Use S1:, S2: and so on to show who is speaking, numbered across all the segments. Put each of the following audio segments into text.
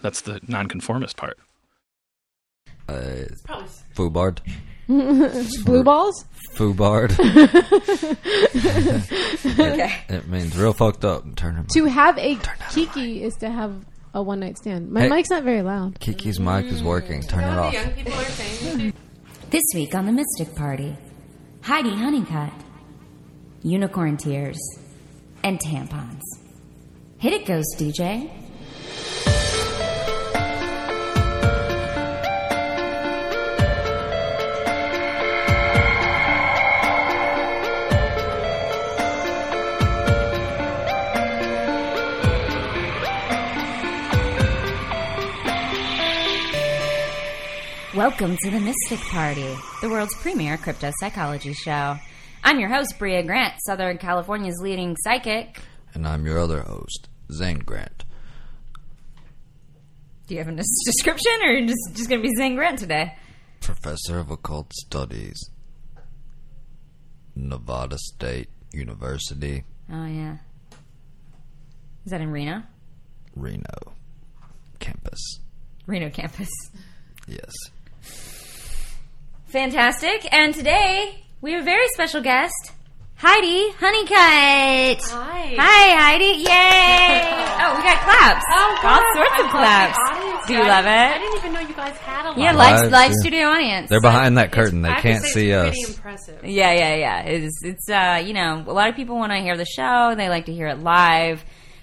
S1: That's the nonconformist part.
S2: Foobard.
S3: Blue balls?
S2: Foobard. it, it means real fucked up. Turn him.
S3: To have a kiki is to have a one night stand. My
S2: Hey.
S3: mic's not very loud.
S2: Kiki's mic is working. Turn it off.
S4: people are saying.
S5: This week on the Mystic Party, Heidi Honeycutt, unicorn tears, and tampons. Hit it, Ghost DJ. Welcome to the Mystic Party, the world's premier crypto psychology show. I'm your host, Bria Grant, Southern California's leading psychic.
S2: And I'm your other host, Zane Grant.
S5: Do you have a n- description, or you're just just gonna be saying Grant today?
S2: professor of occult studies, Nevada State University,
S5: Oh yeah. Is that in Reno?
S2: Reno campus.
S5: Reno campus.
S2: Yes.
S5: Fantastic. And today we have a very special guest, Heidi Honeycutt.
S4: Hi.
S5: Hi, Heidi. Yay! oh, we got claps.
S4: Oh, God.
S5: All sorts of
S4: I love the
S5: claps.
S4: audience.
S5: Do you
S4: I
S5: love
S4: didn't- I
S5: it?
S4: didn't even know you guys had a lot.
S5: Yeah,
S2: Live,
S5: live, live
S2: yeah.
S5: studio audience.
S2: They're behind that curtain. They
S4: I have to
S2: can't
S4: say
S2: see
S4: it's
S2: us.
S4: Pretty impressive.
S5: Yeah, yeah, yeah. It's it's uh, you know, a lot of people want to hear the show. They like to hear it live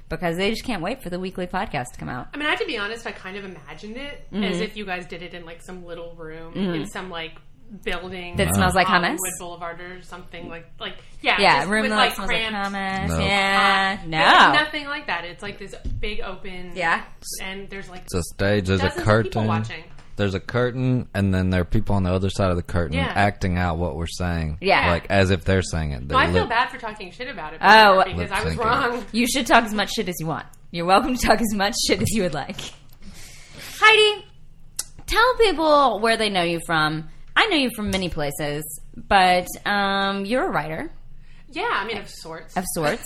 S5: because they just can't wait for the weekly podcast to come out.
S4: I mean, I have to be honest. I kind of imagined it
S5: Mm-hmm.
S4: as if you guys did it in like some little room in some like building
S5: That smells like hummus?
S4: Hollywood Boulevard or something like like yeah,
S5: Yeah,
S4: just
S5: room
S4: with,
S5: that
S4: like Uh,
S5: smells like
S4: cramped-
S5: hummus.
S2: No.
S5: Yeah,
S4: There's
S5: no.
S4: nothing like that. It's like this big open.
S5: Yeah.
S4: and there's like
S2: It's a stage. There's
S4: dozens
S2: a
S4: of people
S2: curtain.
S4: watching.
S2: There's a curtain, and then there are people on the other side of the curtain
S4: Yeah.
S2: acting out what we're saying.
S5: Yeah.
S2: Like as if they're saying it.
S4: No, I
S2: They're
S4: feel
S2: lip-
S4: bad for talking shit about it.
S5: Oh.
S4: before because I was
S2: Lip-syncing.
S4: wrong.
S5: You should talk as much shit as you want. You're welcome to talk as much shit as you would like. Heidi, tell people where they know you from. I know you from many places, but um, you're a writer
S4: Yeah, I mean of sorts.
S5: of sorts.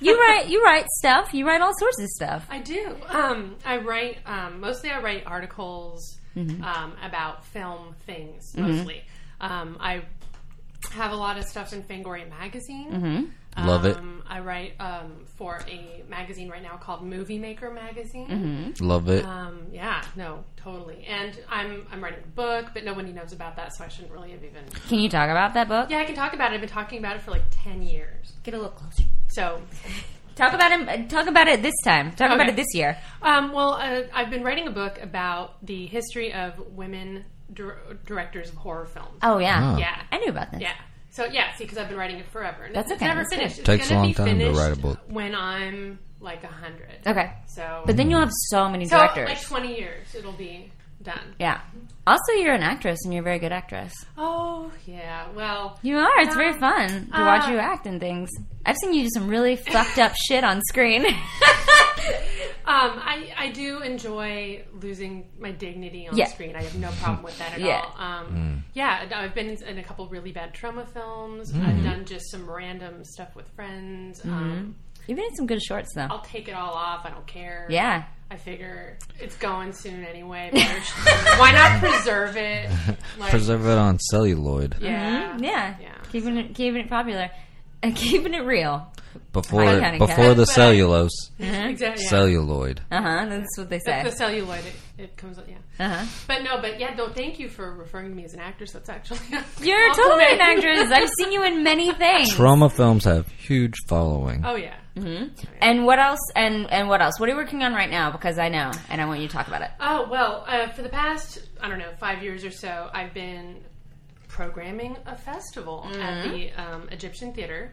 S5: You write you write stuff. You write all sorts of stuff.
S4: I do. Um, I write um, mostly. I write articles um, about film things mostly. Um, I have a lot of stuff in Fangoria magazine.
S2: Love it.
S4: Um, I write um, for a magazine right now called Movie Maker magazine.
S2: Love it.
S4: Um, yeah, no, totally. And I'm I'm writing a book, but nobody knows about that, so I shouldn't really have even.
S5: Can you talk about that book?
S4: Yeah, I can talk about it. I've been talking about it for like ten years.
S5: Get a little closer.
S4: So
S5: Talk about it. Talk about it this time. Talk about
S4: Okay.
S5: it this year.
S4: Um, well, uh, I've been writing a book about the history of women dir- directors of horror films.
S5: Oh yeah,
S4: Yeah,
S5: I knew about this.
S4: yeah. So yeah, see, because I've been writing it forever. And
S5: That's
S4: it's
S5: okay,
S4: never
S5: that's
S4: finished.
S5: good.
S4: It's
S2: Takes a
S4: gonna
S2: long
S4: be
S2: time to
S4: finished
S2: write a book.
S4: When I'm like a hundred.
S5: Okay,
S4: So,
S5: but then you'll have so many
S4: so
S5: directors.
S4: like twenty years, it'll be done.
S5: yeah. Also, you're an actress, and you're a very good actress.
S4: Oh yeah. Well,
S5: You are. It's very fun to watch
S4: uh,
S5: you act and things. I've seen you do some really fucked up shit on screen.
S4: um, I I do enjoy losing my dignity on
S5: Yeah.
S4: screen. I have no problem with that at
S5: Yeah.
S4: all. Um, Yeah, and I've been in a couple really bad trauma films. I've done just some random stuff with friends.
S5: Mm-hmm.
S4: Um,
S5: You've been in some good shorts though.
S4: I'll take it all off. I don't care.
S5: Yeah.
S4: I figure it's going soon anyway. Better- Why not preserve it? Like,
S2: Preserve it on celluloid
S4: Yeah.
S5: Mm-hmm. Yeah.
S4: Yeah.
S5: Keeping it keeping it popular. And keeping it real.
S2: before
S5: I kinda
S2: before
S4: get it.
S2: the cellulose
S4: Exactly. yeah.
S2: celluloid.
S5: Uh huh. That's what they say.
S4: The celluloid, it, it comes. Yeah.
S5: Uh huh.
S4: But no, but yeah, no. Thank you for referring to me as an actress. That's actually
S5: You're
S4: a
S5: totally an
S4: compliment.
S5: actress. I've seen you in many things.
S2: Trauma films have huge following.
S4: Oh yeah.
S5: And what else? And and what else? What are you working on right now? Because I know, and I want you to talk about it.
S4: Oh well, uh, for the past I don't know five years or so, I've been programming a festival at the um, Egyptian Theater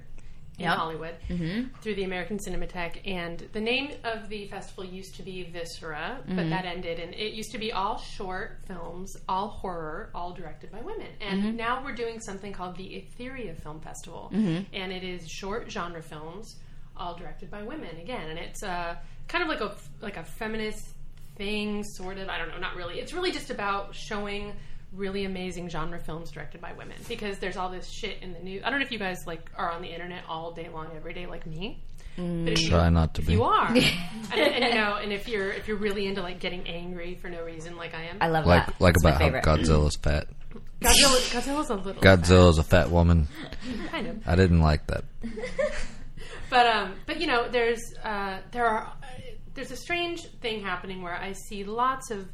S4: in
S5: Yep.
S4: Hollywood through the American Cinematheque. And the name of the festival used to be Viscera, but that ended. And it used to be all short films, all horror, all directed by women. And now we're doing something called the Etheria Film Festival. And it is short genre films, all directed by women again. And it's uh, kind of like a, like a feminist thing, sort of. I don't know, not really. It's really just about showing really amazing genre films directed by women because there's all this shit in the news. I don't know if you guys like are on the internet all day long, every day, like me. But if you,
S2: Try not to
S4: if
S2: be.
S4: you are, and, and you know, and if you're if you're really into like getting angry for no reason, like I am,
S5: I love
S2: Like
S5: that.
S2: like
S5: It's my
S2: about how
S5: favorite.
S2: Godzilla's fat.
S4: Godzilla, Godzilla's a little
S2: Godzilla's a fat woman.
S4: kind of.
S2: I didn't like that.
S4: but um, but you know, there's uh, there are uh, there's a strange thing happening where I see lots of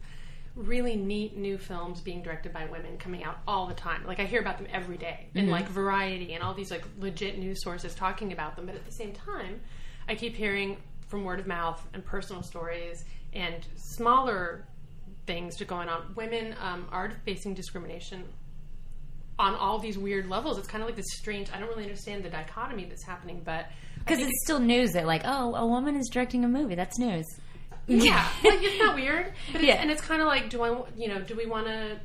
S4: really neat new films being directed by women coming out all the time. Like I hear about them every day in like Variety and all these like legit news sources talking about them. But at the same time, I keep hearing from word of mouth and personal stories and smaller things to going on. Women um, are facing discrimination on all these weird levels. It's kind of like this strange. I don't really understand the dichotomy that's happening, but
S5: Because it's still news that, like, oh, a woman is directing a movie. That's news.
S4: yeah, like it's not weird. But it's,
S5: Yeah.
S4: and it's kind of like, do I, you know, do we want to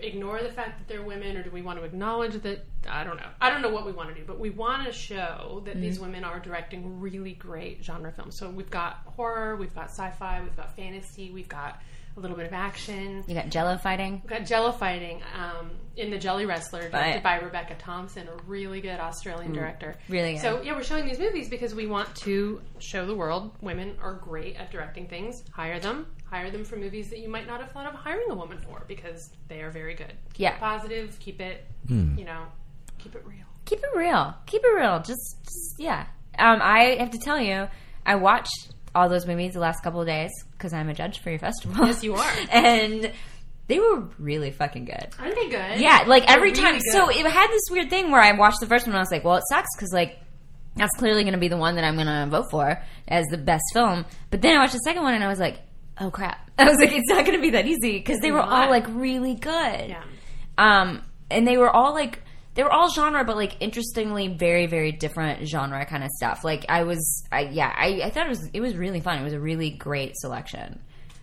S4: ignore the fact that they're women, or do we want to acknowledge that? I don't know. I don't know what we want to do, but we want to show that these women are directing really great genre films. So we've got horror, we've got sci-fi, we've got fantasy, we've got a little bit of action.
S5: You got Jello fighting.
S4: We've got Jello fighting um, in the Jelly Wrestler, directed by
S5: Right. Hmm.
S4: Rebecca Thompson, a really good Australian director.
S5: really good.
S4: So yeah, we're showing these movies because we want to show the world women are great at directing things. Hire them, hire them for movies that you might not have thought of hiring a woman for because they are very good. Keep
S5: Yeah.
S4: it positive. Keep it, you know, keep it real.
S5: Keep it real. Keep it real. Just, just yeah. Um, I have to tell you, I watched all those movies the last couple of days because I'm a judge for your festival.
S4: Yes, you are.
S5: and they were really fucking good.
S4: Aren't they good?
S5: Yeah, like every
S4: really
S5: time.
S4: good.
S5: So it had this weird thing where I watched the first one and I was like, well, it sucks because like that's clearly going to be the one that I'm going to vote for as the best film. But then I watched the second one and I was like, oh crap. I was like, it's not going to be that easy because they were all
S4: not.
S5: like really good.
S4: Yeah.
S5: Um, and they were all like they were all genre, but like interestingly, very very different genre kind of stuff. Like I was, I yeah, I, I thought it was it was really fun. It was a really great selection.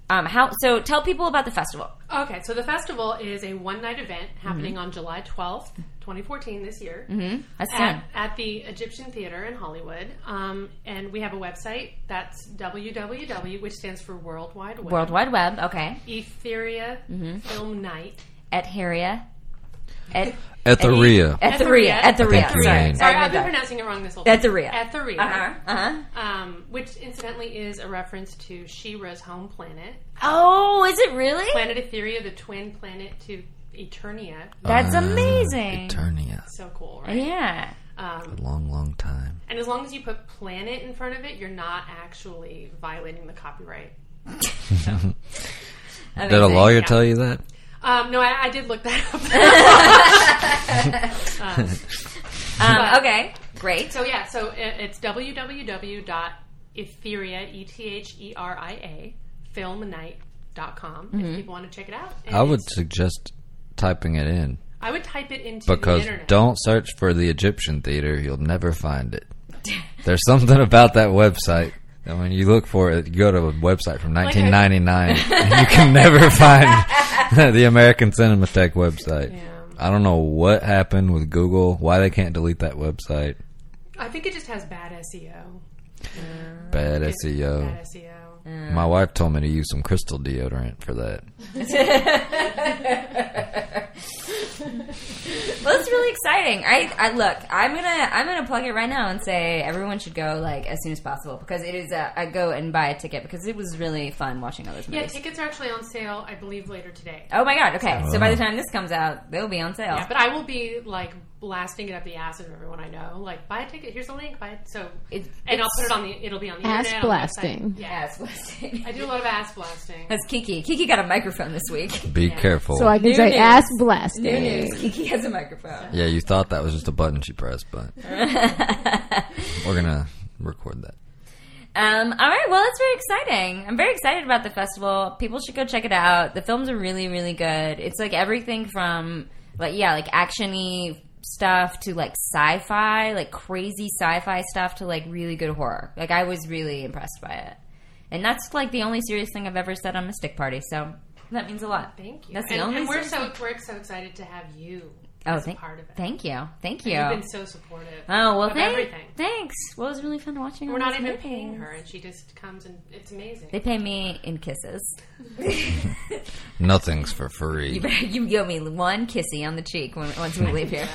S5: Um, how so? Tell people about the festival.
S4: Okay, so the festival is a one night event happening
S5: Mm-hmm.
S4: on July 12th, 2014, this year. Mm-hmm.
S5: That's
S4: at,
S5: soon.
S4: at the Egyptian Theater in Hollywood. Um, and we have a website that's www, which stands for World Wide Web.
S5: World Wide Mm-hmm. Web. Okay,
S4: Etheria Film Night.
S5: at Heria, at
S2: Etheria.
S5: Etheria,
S2: I
S5: Etheria.
S2: think you
S5: Sorry,
S2: mean-
S5: sorry,
S4: Sorry, I've
S5: about
S4: been
S5: that.
S4: pronouncing it wrong this whole time.
S5: Etheria.
S4: Etheria.
S5: Uh huh. Uh-huh.
S4: Um, which incidentally is a reference to She-Ra's home planet.
S5: Oh, is it really?
S4: Planet Etheria, the twin planet to Eternia.
S5: That's
S2: Ah,
S5: amazing.
S2: Eternia.
S4: So cool, right?
S5: Yeah.
S2: A long, long time.
S4: And as long as you put planet in front of it, you're not actually violating the copyright.
S2: Did a
S5: Amazing.
S2: lawyer tell you that?
S4: Um, no, I, I did look that up.
S5: Um, okay. Great.
S4: so yeah, so it, it's www.etheria, E E-T-H-E-R-I-A, filmnight.com if people want to check it out. And
S2: I would
S4: it's-
S2: suggest typing it in
S4: I would type it into
S2: because
S4: the internet.
S2: don't search for the Egyptian theater. You'll never find it. There's something about that website. that when you look for it, you go to a website from 1999, and you can never find the American Cinematheque website. I don't know what happened with Google, why they can't delete that website.
S4: I think it just has bad SEO.
S2: Bad SEO.
S4: Mm, Bad E SEO.
S2: My wife told me to use some crystal deodorant for that.
S5: Well, it's really exciting. I, I look. I'm gonna I'm gonna plug it right now and say everyone should go like as soon as possible because it is a, I go and buy a ticket because it was really fun watching all those
S4: Yeah,
S5: movies.
S4: tickets are actually on sale, I believe, later today.
S5: oh my god. Okay. So by the time this comes out, they'll be on sale.
S4: But I will be like blasting it up the asses of everyone I know. Like, buy a ticket. Here's a link. Buy it. So,
S5: It-
S4: and I'll put it on the. It'll be on the
S3: Ass
S4: internet, on the website.
S3: blasting.
S4: Yeah,
S5: Ass blasting.
S4: I do a lot of ass blasting.
S5: That's Kiki. Kiki got a microphone this week.
S2: Be careful.
S3: So I can
S5: New
S3: say
S5: news.
S3: ass blasting.
S5: New news. Kiki has a microphone.
S2: yeah, you thought that was just a button she pressed, but we're gonna record that.
S5: Um, all right, well, that's very exciting. I'm very excited about the festival. People should go check it out. The films are really, really good. It's like everything from, like, yeah, like actiony stuff to like sci-fi, like crazy sci-fi stuff to like really good horror. Like I was really impressed by it. And that's like the only serious thing I've ever said on Mystic Party, so that means a lot.
S4: Thank you.
S5: That's the
S4: and,
S5: only
S4: and we're
S5: serious
S4: so we're so excited to have you
S5: Oh,
S4: as
S5: thank,
S4: a part of it.
S5: thank you. Thank you.
S4: You've been so supportive.
S5: oh, well,
S4: of
S5: thank,
S4: everything.
S5: thanks. Well, it was really fun watching
S4: We're
S5: all
S4: not
S5: those
S4: even
S5: movies.
S4: paying her, and she just comes and it's amazing.
S5: They pay me in kisses.
S2: Nothing's for free.
S5: You, better, you give me one kissy on the cheek when, once we leave here.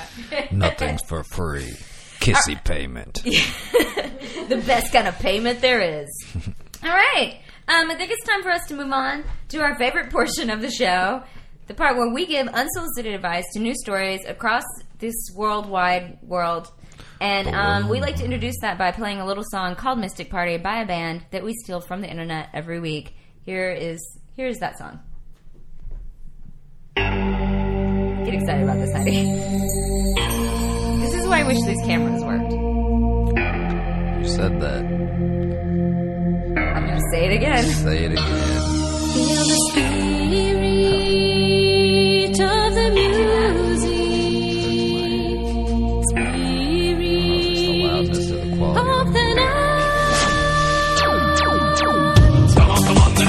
S2: Nothing's for free. Kissy payment.
S5: the best kind of payment there is. All right. Um, I think it's time for us to move on to our favorite portion of the show the part where we give unsolicited advice to news stories across this worldwide world. And um, we like to introduce that by playing a little song called Mystic Party by a band that we steal from the internet every week. Here is here is that song. Get excited about this, Heidi. This is why I wish these cameras worked.
S2: You said that.
S5: I'm gonna say it again.
S2: Say it again.
S6: Feel the spirit of the music,
S2: It's the
S6: spirit
S2: loudness of the quality
S6: of
S2: of
S6: the
S2: the
S6: night.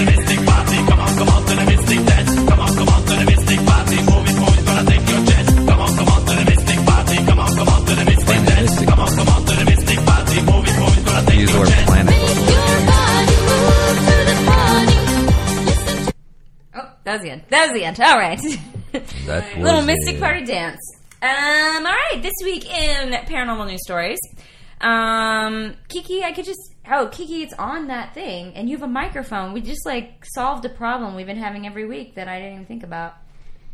S2: music. Use the word planet
S6: Your body move
S2: before
S6: to the morning. Listen to
S5: Oh, that was the end. That was the end. All right.
S2: That was
S5: Little Mystic
S2: it.
S5: Party dance. Um, all right. This week in Paranormal News Stories, um, Kiki, I could just. Oh, Kiki, it's on that thing, and you have a microphone. We just like solved a problem we've been having every week that I didn't even think about.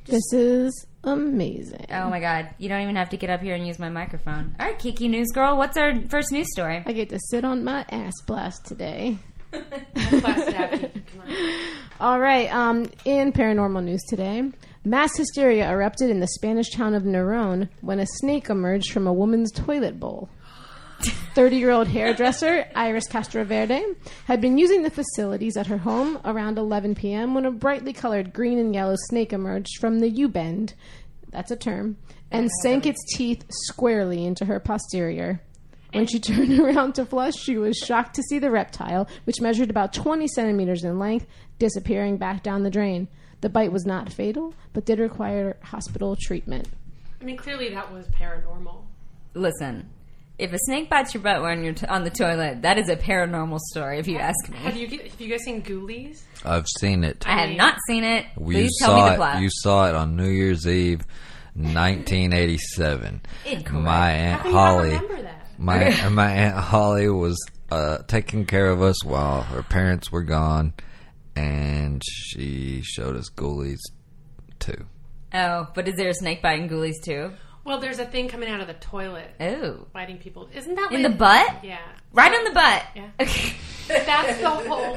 S3: This is amazing.
S5: Oh my god, you don't even have to get up here and use my microphone. All right, Kiki News Girl, what's our first news story?
S3: I get to sit on my ass blast today.
S4: Blast it out, Kiki. Come on.
S3: All right. Um, in paranormal news today, mass hysteria erupted in the Spanish town of Neron when a snake emerged from a woman's toilet bowl. 30 year old hairdresser Iris Castroverde had been using the facilities at her home around 11 p.m. when a brightly colored green and yellow snake emerged from the U bend, that's a term, and sank its teeth squarely into her posterior. When she turned around to flush, she was shocked to see the reptile, which measured about 20 centimeters in length, disappearing back down the drain. The bite was not fatal, but did require hospital treatment.
S4: I mean, clearly that was paranormal.
S5: Listen, if a snake bites your butt when you're t- on the toilet, that is a paranormal story, if you ask me.
S4: Have you g- have you guys seen Ghoulies?
S2: I've seen it.
S5: I have not seen it.
S2: you
S5: Please tell
S2: saw
S5: me the
S2: it.
S5: plot.
S2: You saw it on New Year's Eve, 1987.
S5: Incorrect.
S2: My
S4: How
S2: aunt
S4: can
S2: Holly.
S4: you not remember that?
S2: My my aunt Holly was uh, taking care of us while her parents were gone, and she showed us Ghoulies too.
S5: Oh, but is there a snake biting ghoulies too?
S4: Well, there's a thing coming out of the toilet
S5: Oh.
S4: biting people. Isn't that
S5: In
S4: what-
S5: the butt?
S4: Yeah,
S5: Right on the butt.
S4: Yeah.
S5: the
S4: that's the whole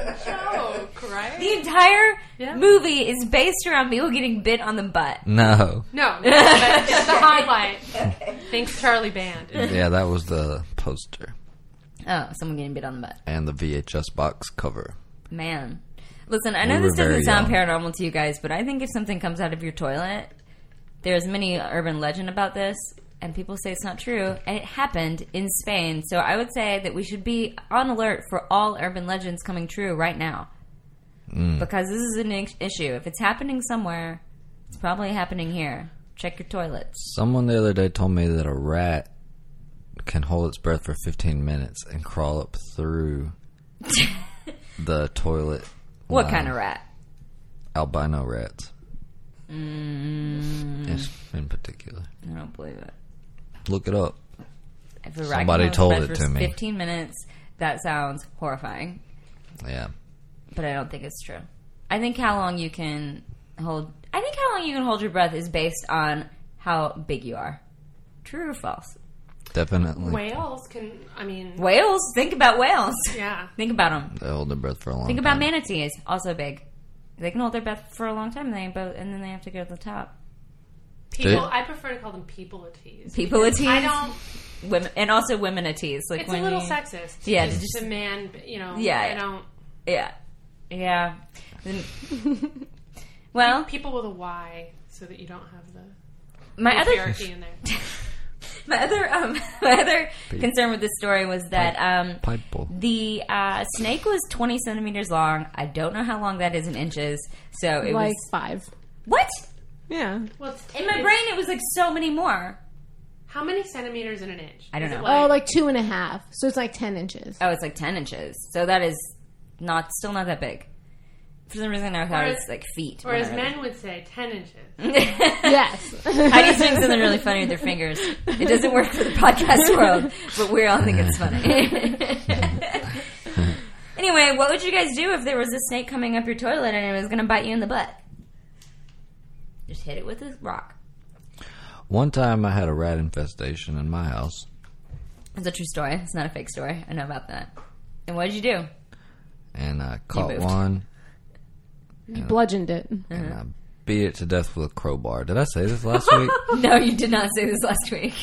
S4: joke, right?
S5: entire
S4: Yeah.
S5: movie is based around people getting bit on the butt.
S2: Mm. No,
S4: No, no, but it's the highlight. Thanks, Charlie Band.
S2: yeah, that was the poster
S5: Oh, someone getting bit on the butt.
S2: and the VHS box cover.
S5: Man. Listen, I know
S2: We were
S5: this doesn't
S2: very
S5: sound
S2: young.
S5: paranormal to you guys, but I think if something comes out of your toilet, there's many urban legend about this, and people say it's not true, and it happened in Spain. So I would say that we should be on alert for all urban legends coming true right now.
S2: Mm.
S5: Because this is an i- issue. If it's happening somewhere, it's probably happening here. Check your toilets.
S2: Someone the other day told me that a rat can hold its breath for 15 minutes and crawl up through the toilet.
S5: What
S2: line.
S5: kind of rat?
S2: Albino rats.
S5: Mm.
S2: Yes, in particular.
S5: I don't believe it.
S2: Look it up.
S5: If a rat
S2: Somebody
S5: can
S2: told
S5: hold its
S2: it
S5: breath
S2: to
S5: for
S2: me.
S5: 15 minutes, that sounds horrifying.
S2: Yeah.
S5: but I don't think it's true. I think how long you can hold. I think how long you can hold your breath is based on how big you are. True or false?
S2: Definitely.
S4: Whales can. I mean,
S5: Whales. Think about whales.
S4: yeah.
S5: Think about them.
S2: They hold their breath for a long
S5: Think about
S2: time.
S5: manatees. Also big. They can hold their breath for a long time. And they both, and then they have to go to the top.
S4: People.
S2: Did-
S4: I prefer to call them peopleatees.
S5: People at
S4: I don't.
S5: Women and also women at tees. Like
S4: It's
S5: when
S4: a little
S5: you,
S4: sexist.
S5: Yeah,
S4: just,
S5: just-
S4: a man. You know.
S5: Yeah.
S4: I don't.
S5: Yeah. Yeah. Then- well,
S4: People with a Y, so that you don't have the
S5: my other
S4: hierarchy in there.
S5: my other um, my other concern with this story was that um,
S2: Pipe bowl.
S5: the uh, snake was 20 centimeters long. I don't know how long that is in inches. So it
S3: like
S5: was
S3: five.
S5: what
S3: Yeah.
S4: Well, it's-
S5: in my brain. It was like so many more.
S4: How many centimeters in an inch?
S5: I don't
S4: Is it
S5: know.
S3: Oh, like two and a half. So it's like ten inches.
S5: Oh, it's like 10 inches. So that is not still not that big. For some reason, I thought
S4: Or
S5: it was
S4: as-
S5: like feet.
S4: or as
S5: whatever.
S4: men would say, ten inches.
S3: Yes.
S5: I just think something really funny with their fingers. It doesn't work for the podcast world, but we all think it's funny. anyway, what would you guys do if there was a snake coming up your toilet and it was going to bite you in the butt? Just hit it with a rock.
S2: One time I had a rat infestation in my house.
S5: It's a true story. It's not a fake story. I know about that. And what did you do?
S2: and I caught
S5: moved. Uh-huh.
S2: one
S3: Bludgeoned it.
S2: and I beat it to death with a crowbar. Did I say this last week?
S5: No, you did not say this last week.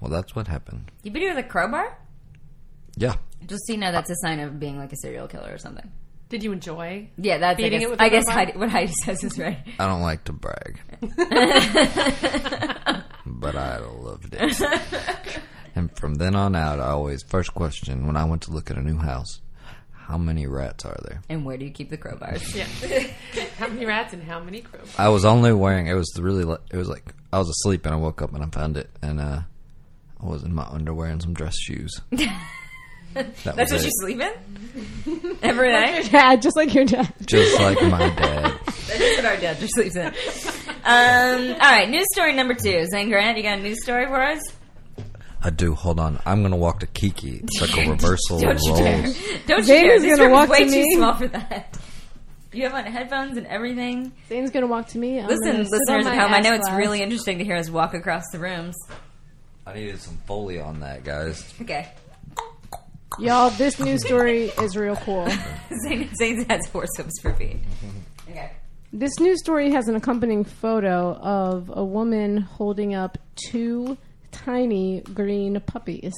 S2: Well, that's what happened.
S5: You beat it with a crowbar?
S2: Yeah.
S5: Just so you know, that's a sign of being like a serial killer or something.
S4: Did you enjoy?
S5: Yeah, that's
S4: Beating
S5: I guess,
S4: it with a
S5: I guess
S4: crowbar?
S5: Heidi, what Heidi says is right.
S2: I don't like to brag, but I loved it. and from then on out, I always first question when I went to look at a new house, how many rats are there?
S5: and where do you keep the crowbars?
S4: Yeah. how many rats and how many crowbars?
S2: I was only wearing it was really li- it was like I was asleep and I woke up and I found it and uh I was in my underwear and some dress shoes. That was
S5: That's what
S2: it.
S5: you sleep in every night.
S3: Yeah, just like your dad.
S2: just like my dad.
S5: That's what our dad just sleeps in. Um, all right, news story number two. Zane Grant, you got a news story for us?
S2: I do. Hold on. I'm gonna walk to Kiki. It's like a reversal
S5: Don't
S2: of
S5: you
S2: roles.
S5: dare! Don't you
S3: Zane
S5: dare!
S3: is
S5: This
S3: gonna
S5: room is
S3: walk
S5: way
S3: to
S5: too
S3: me.
S5: small for that. You have on headphones and everything.
S3: Zane's gonna walk to me. I'm
S5: Listen,
S3: gonna sit on
S5: listeners
S3: my
S5: at home, I know
S3: ass
S5: it's
S3: glass.
S5: really interesting to hear us walk across the rooms.
S2: I needed some foley on that, guys.
S5: Okay,
S3: y'all. This news story is real cool.
S5: Zane, Zane has horoscopes for feet. Okay.
S3: This news story has an accompanying photo of a woman holding up two tiny green puppies.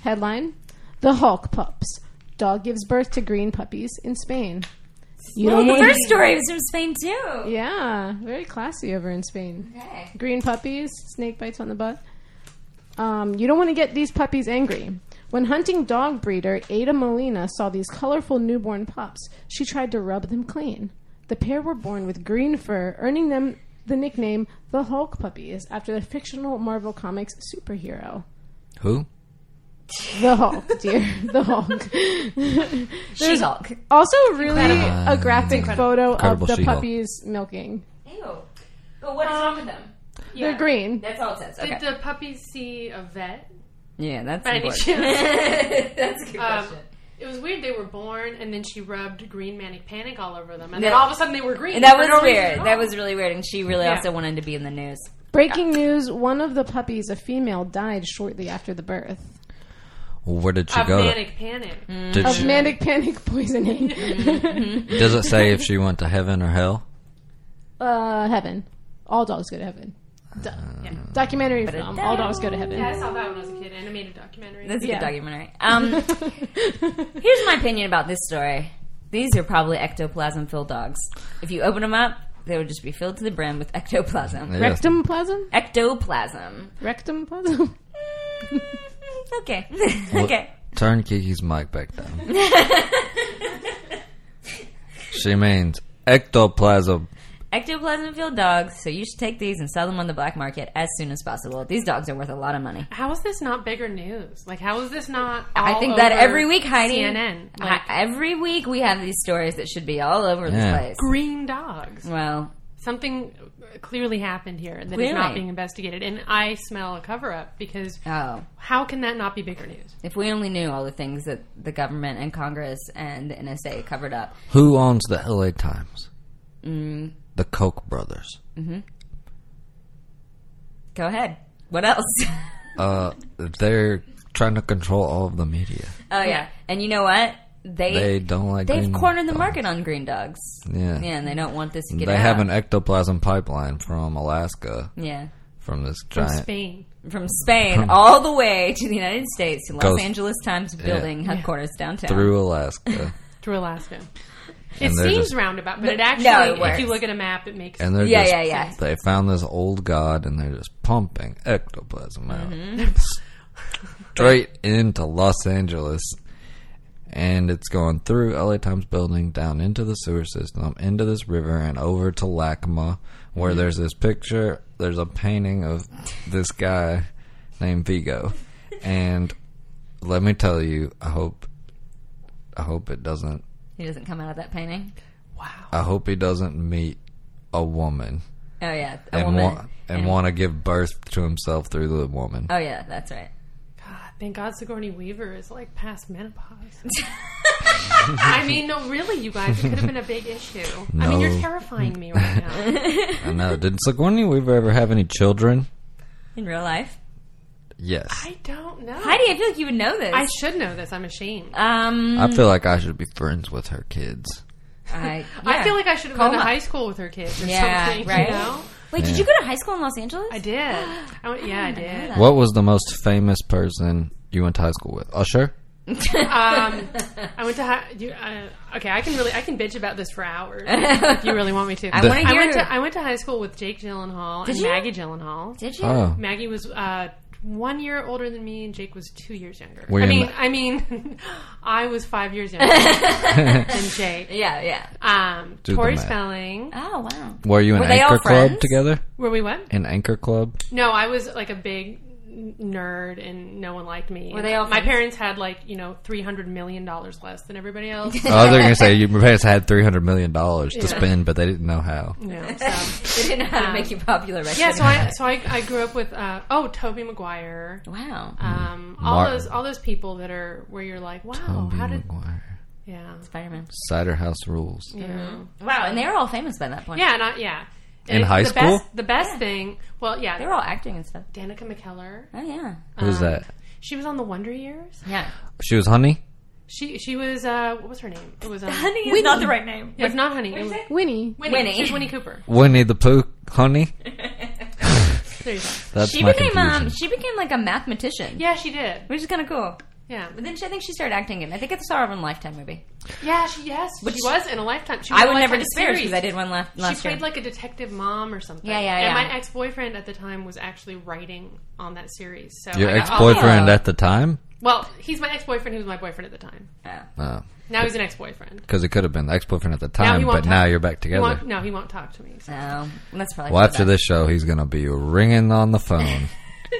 S3: Headline The Hulk Pups. Dog gives birth to green puppies in Spain. You
S5: Well,
S3: don't
S5: the
S3: want
S5: first story was from Spain too.
S3: Yeah, very classy over in Spain.
S5: Okay.
S3: Green puppies, snake bites on the butt. Um, you don't want to get these puppies angry. When hunting dog breeder Ada Molina saw these colorful newborn pups, she tried to rub them clean. The pair were born with green fur, earning them the nickname the Hulk puppies after the fictional Marvel Comics superhero.
S2: Who?
S3: The Hulk, dear. The Hulk.
S5: She Hulk.
S3: Also, really a graphic photo
S2: Incredible
S3: of the
S2: She-Hulk.
S3: puppies milking.
S5: Ew. But what is wrong with them?
S3: They're green.
S5: That's all it says.
S4: Did the puppies see a vet?
S5: yeah, that's
S4: By any
S5: important.
S4: chance?
S5: that's a good
S4: Um,
S5: question.
S4: it was weird. They were born, and then she rubbed green manic panic all over them, and
S5: Yeah.
S4: then all of a sudden they were green.
S5: And that
S4: for
S5: was
S4: no reason
S5: weird.
S4: at
S5: That
S4: all.
S5: was really weird. And she really
S4: Yeah.
S5: also wanted to be in the news.
S3: Breaking news: One of the puppies, a female, died shortly after the birth
S2: Well, where did she
S4: of
S2: go? to-
S4: manic panic.
S5: Mm.
S2: Did
S3: of
S2: she,
S3: manic panic poisoning.
S4: Mm-hmm.
S2: does it say if she went to heaven or hell?
S3: uh, heaven. All dogs go to heaven.
S4: Uh,
S3: Duh. Documentary film. All dogs go to
S4: Yeah, I
S3: heaven.
S4: saw that when I was a kid. Animated documentary.
S5: That's a
S3: Yeah.
S5: good documentary. Um, here's my opinion about this story. These are probably ectoplasm filled dogs. If you open them up, they would just be filled to the brim with ectoplasm.
S2: Yeah.
S3: Rectumplasm.
S5: Ectoplasm.
S3: Rectumplasm.
S5: Okay.
S2: Well,
S5: okay.
S2: Turn Kiki's mic back down. she means ectoplasm.
S5: Ectoplasm filled dogs, so you should take these and sell them on the black market as soon as possible. These dogs are worth a lot of money.
S4: How is this not bigger news? Like, how is this not?
S5: I
S4: all
S5: think that
S4: over
S5: every week, Heidi.
S4: CNN,
S5: I-
S4: like
S5: every week we have these stories that should be all over
S2: Yeah.
S5: the place.
S4: green dogs.
S5: Well,
S4: Something clearly happened here that is
S5: Clearly.
S4: not being investigated, and I smell a cover up because
S5: oh,
S4: how can that not be bigger news?
S5: if we only knew all the things that the government and Congress and the NSA covered up.
S2: Who owns the LA Times?
S5: Mm.
S2: The Koch brothers.
S5: Go ahead. What else?
S2: Uh, they're trying to control all of the media.
S5: oh yeah, and you know what? They,
S2: They don't like.
S5: have
S2: green
S5: cornered the
S2: dogs.
S5: market on green dogs.
S2: Yeah.
S5: Yeah, and they don't want this to get
S2: They
S5: out.
S2: have an ectoplasm pipeline from Alaska
S5: yeah.
S2: from this
S4: From
S2: giant
S4: Spain,
S5: From Spain all the way to the United States to Los
S2: Goes-
S5: Angeles Times building headquarters downtown.
S2: through Alaska.
S4: through Alaska. It
S2: and they're
S4: seems
S2: just-
S4: roundabout, but it
S5: No,
S4: actually,
S5: it
S4: if
S5: works.
S4: you look at a map, it makes
S2: and they're
S5: Yeah,
S2: just,
S5: yeah, yeah.
S2: They found this old god, and they're just pumping ectoplasm
S5: Mm-hmm.
S2: out straight into Los Angeles, and it's going through LA Times building, down into the sewer system, into this river, and over to Lacma,
S5: Mm-hmm.
S2: where there's this picture. There's a painting of this guy named Vigo, and let me tell you, I hope, I hope it doesn't.
S5: He doesn't come out of that painting.
S2: I hope he doesn't meet a woman
S5: Oh yeah, a
S2: and
S5: woman.
S2: want and, want to give birth to himself through the woman.
S5: oh yeah, that's right.
S4: God, thank God Sigourney Weaver is like past menopause. I mean, no, really, you guys, it could have been a big issue. I mean,
S2: No.
S4: you're terrifying me right now.
S2: I know. Did Sigourney Weaver ever have any children?
S5: In real life,
S2: Yes. I,
S4: I don't know.
S5: Heidi, I feel like you would know this.
S4: I should know this. I'm ashamed.
S5: um,
S2: feel like I should be friends with her kids.
S5: I, yeah.
S4: I feel like I should have gone to
S5: Coma.
S4: high school with her kids or
S5: Yeah,
S4: something.
S5: right?
S4: You know?
S5: Wait, did
S2: Yeah.
S5: you go to high school in Los Angeles?
S4: I did. I went, yeah, I did.
S2: What was the most famous person you went to high school with? Usher.
S4: Um, I went to high. You, uh, okay, I can really I can bitch about this for hours if you really want me to.
S5: I
S2: The-
S5: want to
S4: I
S5: hear.
S4: went to I went to high school with Jake Gyllenhaal and
S5: you?
S4: Maggie Gyllenhaal.
S5: did you?
S2: Oh,
S4: Maggie was uh, one year older than me, and Jake was two years younger.
S2: Were you
S4: I
S2: in
S4: mean,
S2: the-
S4: I mean, I was five years younger than Jake.
S5: Yeah, yeah.
S4: Um,
S2: the
S4: Tori
S2: math.
S4: Spelling.
S5: Oh wow.
S2: were you in
S5: Were they all
S2: Anchor Club
S5: friends?
S2: together?
S4: Were we what?
S2: In Anchor Club,
S4: No, I was like a big n- nerd, and no one liked me.
S5: Were they all
S4: My
S5: friends?
S4: parents had like you know three hundred million dollars less than everybody else.
S2: oh, they're gonna say your parents had three hundred million dollars to spend, but they didn't know how.
S4: you know, so.
S5: They didn't know how to make you popular, right?
S4: Yeah, so I so I, I grew up with uh, oh Toby Maguire,
S5: wow.
S4: um, all
S2: Martin.
S4: those all those people that are where you're like wow
S2: Toby
S4: how did
S2: Maguire.
S4: yeah
S5: Spider-Man.
S2: Mm, Cider House Rules.
S5: Wow, and they were all famous by that point.
S4: yeah and I, yeah
S2: In
S4: And
S2: high
S4: the
S2: school?
S4: best, the best thing well yeah
S5: they were all acting and stuff.
S4: Danica McKellar
S5: Oh yeah,
S2: Who's that?
S4: she was on the Wonder Years
S5: yeah.
S2: She was Honey.
S4: she she was uh, what was her name it was um,
S5: Honey is not the right name.
S4: it's not Honey it was
S3: Winnie.
S4: Winnie
S5: Winnie.
S4: She was Winnie Cooper
S2: Winnie the Pooh. Honey.
S4: there you go
S2: That's
S5: She
S2: my
S5: became
S2: confusion.
S5: um, she became like a mathematician,
S4: yeah she did
S5: which is kind of cool.
S4: yeah
S5: But then she, I think she started acting, and I think I saw her in Lifetime movie.
S4: yeah she yes she was in a lifetime she was
S5: I
S4: in
S5: would
S4: a
S5: never
S4: Lifetime
S5: despair
S4: series.
S5: because I did one last
S4: She
S5: last
S4: played
S5: year.
S4: like a detective mom or something.
S5: Yeah, yeah,
S4: And
S5: yeah.
S4: my ex boyfriend at the time was actually writing on that series. So
S2: Your
S4: I Oh, got
S2: ex
S4: all-
S2: boyfriend at the time?
S4: Well, he's my ex boyfriend. He was my boyfriend at the time.
S2: Because
S4: Now he's an ex boyfriend.
S2: it could have been the ex boyfriend at the
S4: Now
S2: time,
S4: he won't
S2: but
S4: talk-
S2: now you're back
S4: he
S2: together.
S4: won't- no, he won't talk to me. so-
S5: No, that's probably
S2: Well,
S5: for
S2: after
S5: the
S2: this show, he's going to be ringing on the phone.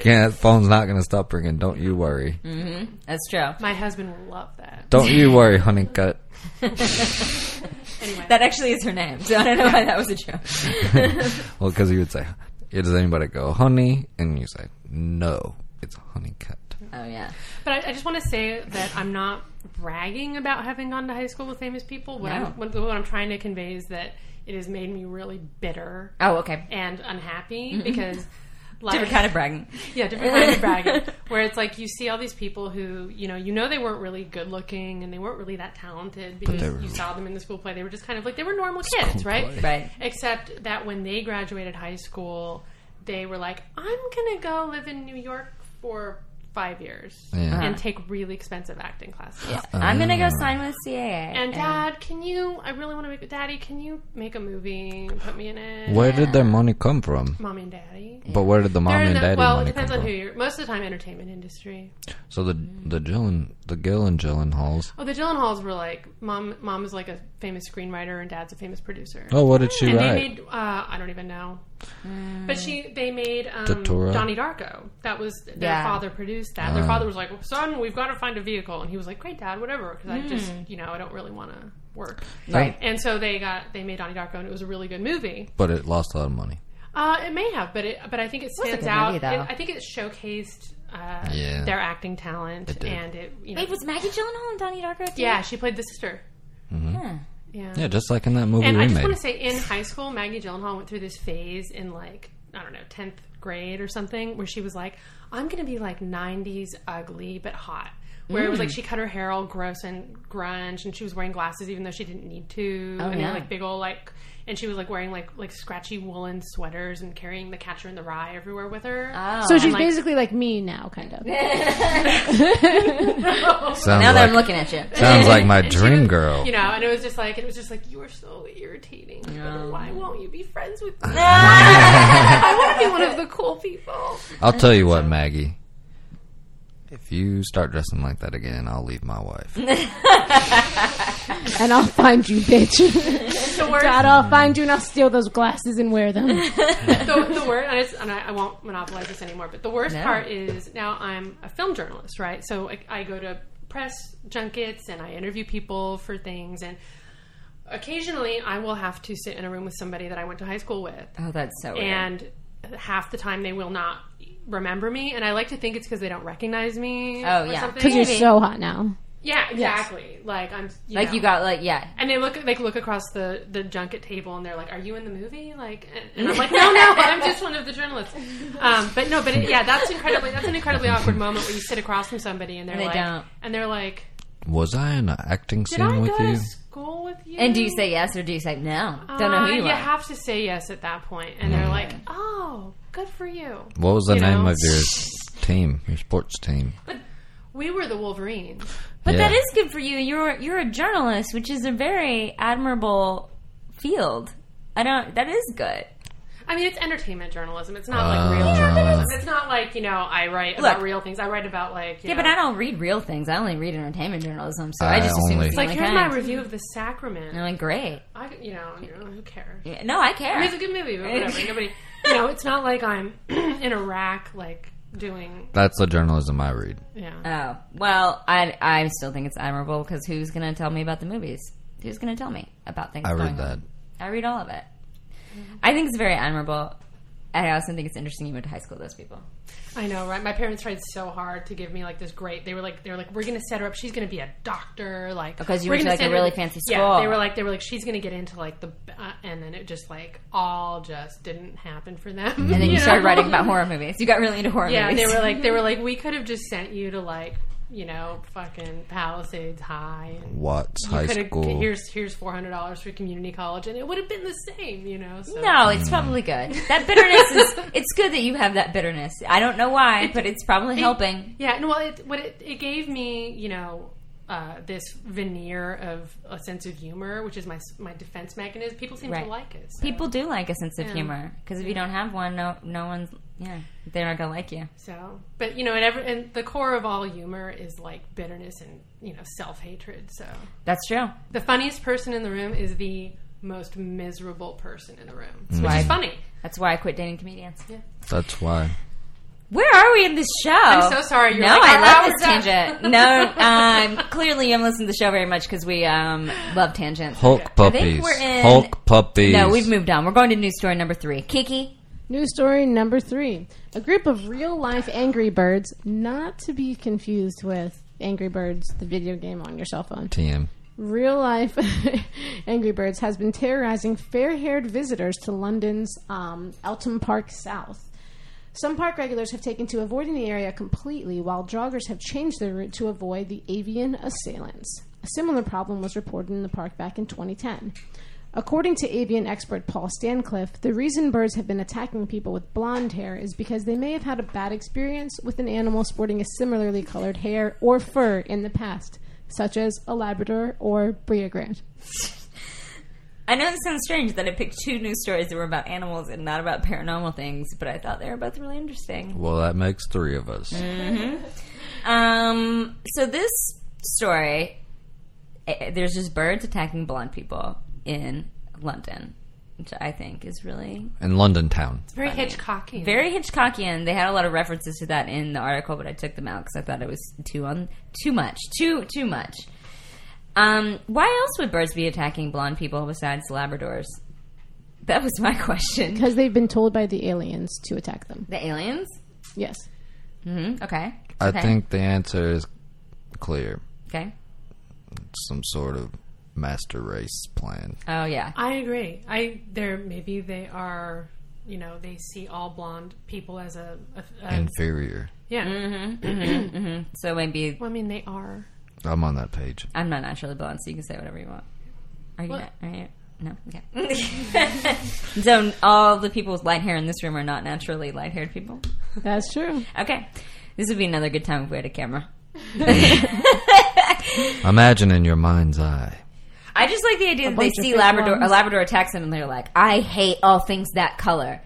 S2: Can't, phone's not going to stop ringing. Don't you worry.
S4: Mm.
S5: best. That's true.
S4: My husband will love that.
S2: Don't you worry, honey cut.
S5: That actually is her name, so I don't know why that was a joke.
S2: Well, because he would say, "Yeah, Does anybody go, honey? And you say, No, it's honey cut.
S5: Oh yeah,
S4: But I, I just want to say that I'm not bragging about having gone to high school with famous people. What,
S5: No.
S4: I'm, what, what I'm trying to convey is that it has made me really bitter
S5: Oh, okay.
S4: and unhappy because. Like,
S5: Mm-hmm. Different kind of bragging.
S4: Yeah, different kind of bragging. Where it's like you see all these people who, you know, you know they weren't really good looking and they weren't really that talented because
S2: they were-
S4: you saw them in the school play. They were just kind of like they were normal kids, right?
S5: Right.
S4: Except that when they graduated high school, they were like, I'm gonna go live in New York for five years
S2: Yeah.
S4: and take really expensive acting classes.
S5: I'm gonna go sign with CAA.
S4: And dad, can you? I really want to make daddy. Can you make a movie? and Put me in it.
S2: Where did their money come from?
S4: Mommy and daddy.
S2: But where did the
S4: They're
S2: mommy
S4: in
S2: and
S4: the-
S2: daddy
S4: well, it
S2: money come
S4: depends on
S2: from?
S4: who you're. Most of the time, entertainment industry.
S2: So the the Gillen the Gill and Gyllenhaals.
S4: Oh, the Gyllenhaals were like mom. Mom is like a famous screenwriter, and dad's a famous producer.
S2: Oh, what did she
S4: and
S2: write?
S4: they made. Uh, I don't even know.
S5: Mm.
S4: But she, they made um,
S2: Torah?
S4: Donnie Darko. That was their
S5: Yeah.
S4: father produced that.
S2: Ah.
S4: Their father was like, "Son, we've got to find a vehicle," and he was like, "Great, dad, whatever," because I just,
S5: Mm.
S4: you know, I don't really want to work.
S5: Right.
S4: And so they got they made Donnie Darko, and it was a really good movie.
S2: but it lost a lot of money.
S4: Uh, it may have, but it, but I think it
S5: was a
S4: stands
S5: good
S4: out.
S5: movie, though.
S4: It- I think it showcased uh,
S2: Yeah.
S4: their acting talent,
S2: It did.
S4: and it. You know,
S5: Wait, was Maggie Gyllenhaal and Donnie Darko? at the
S4: yeah, she played the sister.
S5: end?
S4: Yeah.
S2: Yeah, just like in that movie
S4: And
S2: we
S4: I just
S2: made.
S4: want to say, in high school, Maggie Gyllenhaal went through this phase in like I don't know, tenth grade or something, where she was like, "I'm going to be like '90s ugly but hot." where it was like
S2: Hmm.
S4: she cut her hair all gross and grunge, and she was wearing glasses even though she didn't need to.
S2: Oh,
S4: and
S5: yeah.
S4: like big old like, and she was like wearing like like scratchy woolen sweaters and carrying the catcher in the rye everywhere with her.
S2: Ah.
S3: So she's
S4: Oh, like-
S3: basically like me now, kind of.
S2: Sounds
S5: Now that
S2: like,
S5: I'm looking at you.
S2: sounds like my
S4: And she
S2: dream
S4: was-
S2: girl.
S4: You know, and it was just like it was just like you are so irritating. Why won't you be friends with me? I want to be one of the cool people.
S2: I'll tell you what, Maggie. If you start dressing like that again, I'll leave my wife.
S3: and I'll find you, bitch.
S4: The worst,
S3: God, I'll find you and I'll steal those glasses and wear them.
S4: the, the worst, and, it's, and I, I won't monopolize this anymore. But the worst
S5: No.
S4: part is now I'm a film journalist, right? So I, I go to press junkets and I interview people for things, and occasionally I will have to sit in a room with somebody that I went to high school with,
S5: Oh, that's so weird.
S4: and half the time they will not remember me, and I like to think it's because they don't recognize me.
S5: Oh,
S4: or
S5: yeah.
S4: something.
S3: Because you're so hot now.
S4: Yeah, exactly. Like I'm you
S5: like
S4: know.
S5: you got like yeah.
S4: and they look they look across the the junket table and they're like, "Are you in the movie?" Like, and, and I'm like, "No, no, I'm just one of the journalists." Um, but no, but it, yeah, that's incredibly that's an incredibly awkward moment where you sit across from somebody and they're
S5: They
S4: like,
S5: don't.
S4: and they're like,
S2: Was I in an acting
S4: "Did
S2: scene
S4: I
S2: with
S4: go
S2: you?
S4: to school with you?"
S5: And do you say yes or do you say no? Don't know who
S4: Uh,
S5: you,
S4: you
S5: are.
S4: have to say yes at that point, and they're like, "Oh, good for you."
S2: What was the
S4: You
S2: name
S4: know?
S2: of your team, your sports team?
S4: We were the Wolverines.
S5: but
S2: Yeah.
S5: that is good for you. You're you're a journalist, which is a very admirable field. I don't. That is good.
S4: I mean, it's entertainment journalism. It's not like real
S2: Ah.
S4: journalism. It's not like you know, I write about
S5: Look.
S4: real things. I write about like you
S5: Yeah,
S4: know,
S5: but I don't read real things. I only read entertainment journalism, so I,
S2: I
S5: just assume
S2: only-
S5: it's the
S4: Like
S5: only
S4: here's
S5: kind.
S4: my review of the sacrament.
S5: And I'm like, great.
S4: I, you know, you know, who cares?
S5: Yeah, No, I care.
S4: I mean, it's a good movie, but whatever. Nobody, you know, it's not like I'm in Iraq, like doing,
S2: That's the journalism I read.
S4: yeah.
S5: Oh well, I I still think it's admirable because who's gonna tell me about the movies? Who's gonna tell me about things?
S2: I
S5: going
S2: read
S5: on?
S2: that.
S5: I read all of it. I think it's very admirable. I also think it's interesting you went to high school with those people.
S4: I know, right? My parents tried so hard to give me like this great. They were like, they were like, we're gonna set her up. She's gonna be a doctor, like
S5: Because Oh, you
S4: we're
S5: went to,
S4: gonna
S5: like, a
S4: send her-
S5: really fancy
S4: Yeah, they
S5: school.
S4: were like, they were like, she's gonna get into like the, uh, and then it just like all just didn't happen for them.
S5: And then you started writing about horror movies. You got really into horror
S4: Yeah,
S5: movies.
S4: they were like, they were like, we could have just sent you to like, you know, fucking Palisades High. And
S2: Watts
S4: you
S2: High
S4: coulda-
S2: School.
S4: Here's here's four hundred dollars for community college, and it would have been the same, you know. So.
S5: No, it's probably good. That bitterness is. It's good that you have that bitterness. I don't know why, but it's probably helping.
S4: Yeah, and well, it what it, it gave me, you know, uh, this veneer of a sense of humor, which is my s- my defense mechanism. People seem
S5: Right.
S4: to like it. So,
S5: People do like a sense of humor because if you don't have one, no, no one's. Yeah, they're not gonna like you.
S4: so, but you know, and every and the core of all humor is like bitterness and you know self hatred. So
S5: That's true.
S4: the funniest person in the room is the most miserable person in the room, which
S5: Right.
S2: Mm.
S4: is funny.
S5: That's why I quit dating comedians.
S2: That's why.
S5: Where are we in this show? I'm
S4: so sorry. You're
S5: no,
S4: like,
S5: I
S4: our
S5: love this
S4: hour's up.
S5: tangent. No, um, clearly you haven't listened to the show very much because we um, love tangents.
S2: Hulk
S5: I think
S2: puppies.
S5: we're in-
S2: Hulk puppies.
S5: No, we've moved on. We're going to news story number three. Kiki,
S3: News story number three. A group of real life Angry Birds, not to be confused with Angry Birds, the video game on your cell phone.
S2: TM.
S3: Real life Angry Birds has been terrorizing fair haired visitors to London's um, Eltham Park South. Some park regulars have taken to avoiding the area completely, while joggers have changed their route to avoid the avian assailants. A similar problem was reported in the park back in 2010. According to avian expert Paul Stancliffe, the reason birds have been attacking people with blonde hair is because they may have had a bad experience with an animal sporting a similarly colored hair or fur in the past, such as a Labrador or Bria Grant.
S5: I know it sounds strange that I picked two news stories that were about animals and not about paranormal things, but I thought they were both really interesting.
S2: Well, that makes three of us.
S4: Mm.
S5: Um, so this story, eh, there's just birds attacking blonde people in London, which I think is really
S2: In London town.
S4: Very Hitchcocky.
S5: very Hitchcockian. They had a lot of references to that in the article, but I took them out because I thought it was too on too much, too too much. Um, why else would birds be attacking blonde people besides Labradors? That was my question.
S3: Because they've been told by the aliens to attack them.
S5: The aliens?
S3: Yes.
S5: hmm Okay.
S2: I
S5: Okay.
S2: think the answer is clear.
S5: Okay.
S2: It's some sort of master race plan.
S5: Oh yeah.
S4: I agree. I there maybe they are you know they see all blonde people as a, a, a-
S2: Inferior.
S4: yeah.
S5: So maybe
S4: Well, I mean they are.
S2: I'm on that page.
S5: I'm not naturally blonde, so you can say whatever you want. Are you?
S4: What?
S5: Not, are you? No. Okay. so all the people with light hair in this room are not naturally light-haired people.
S3: That's true.
S5: Okay. This would be another good time if we had a camera.
S2: Imagine in your mind's eye.
S5: I just like the idea that they
S3: bunch of
S5: see
S3: fake
S5: Labrador. A
S3: ones.
S5: Labrador attacks them, and they're like, "I hate all things that color,"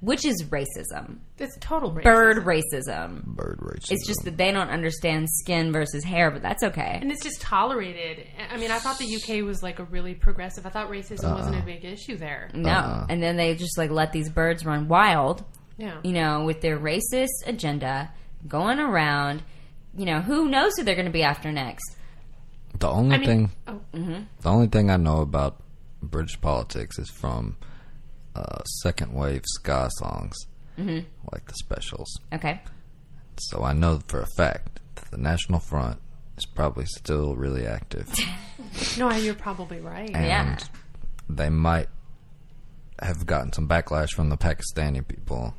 S5: which is racism.
S4: It's total racism.
S5: Bird racism.
S2: Bird racism.
S5: It's just that they don't understand skin versus hair, but that's okay.
S2: Uh-huh.
S4: And it's just tolerated. I mean, I thought the UK was like a really progressive. I thought racism wasn't a big issue there.
S5: No, and then they just like let these birds run wild.
S4: Yeah.
S5: you know, with their racist agenda going around. You know, who knows who they're going to be after next?
S2: the only
S4: I mean,
S2: thing.
S4: oh,
S2: The only thing I know about British politics is from uh, second wave ska songs, like the specials.
S5: Okay.
S2: So I know for a fact that the National Front is probably still really active,
S4: no, I- you're probably right.
S2: and
S5: Yeah.
S2: they might have gotten some backlash from the Pakistani people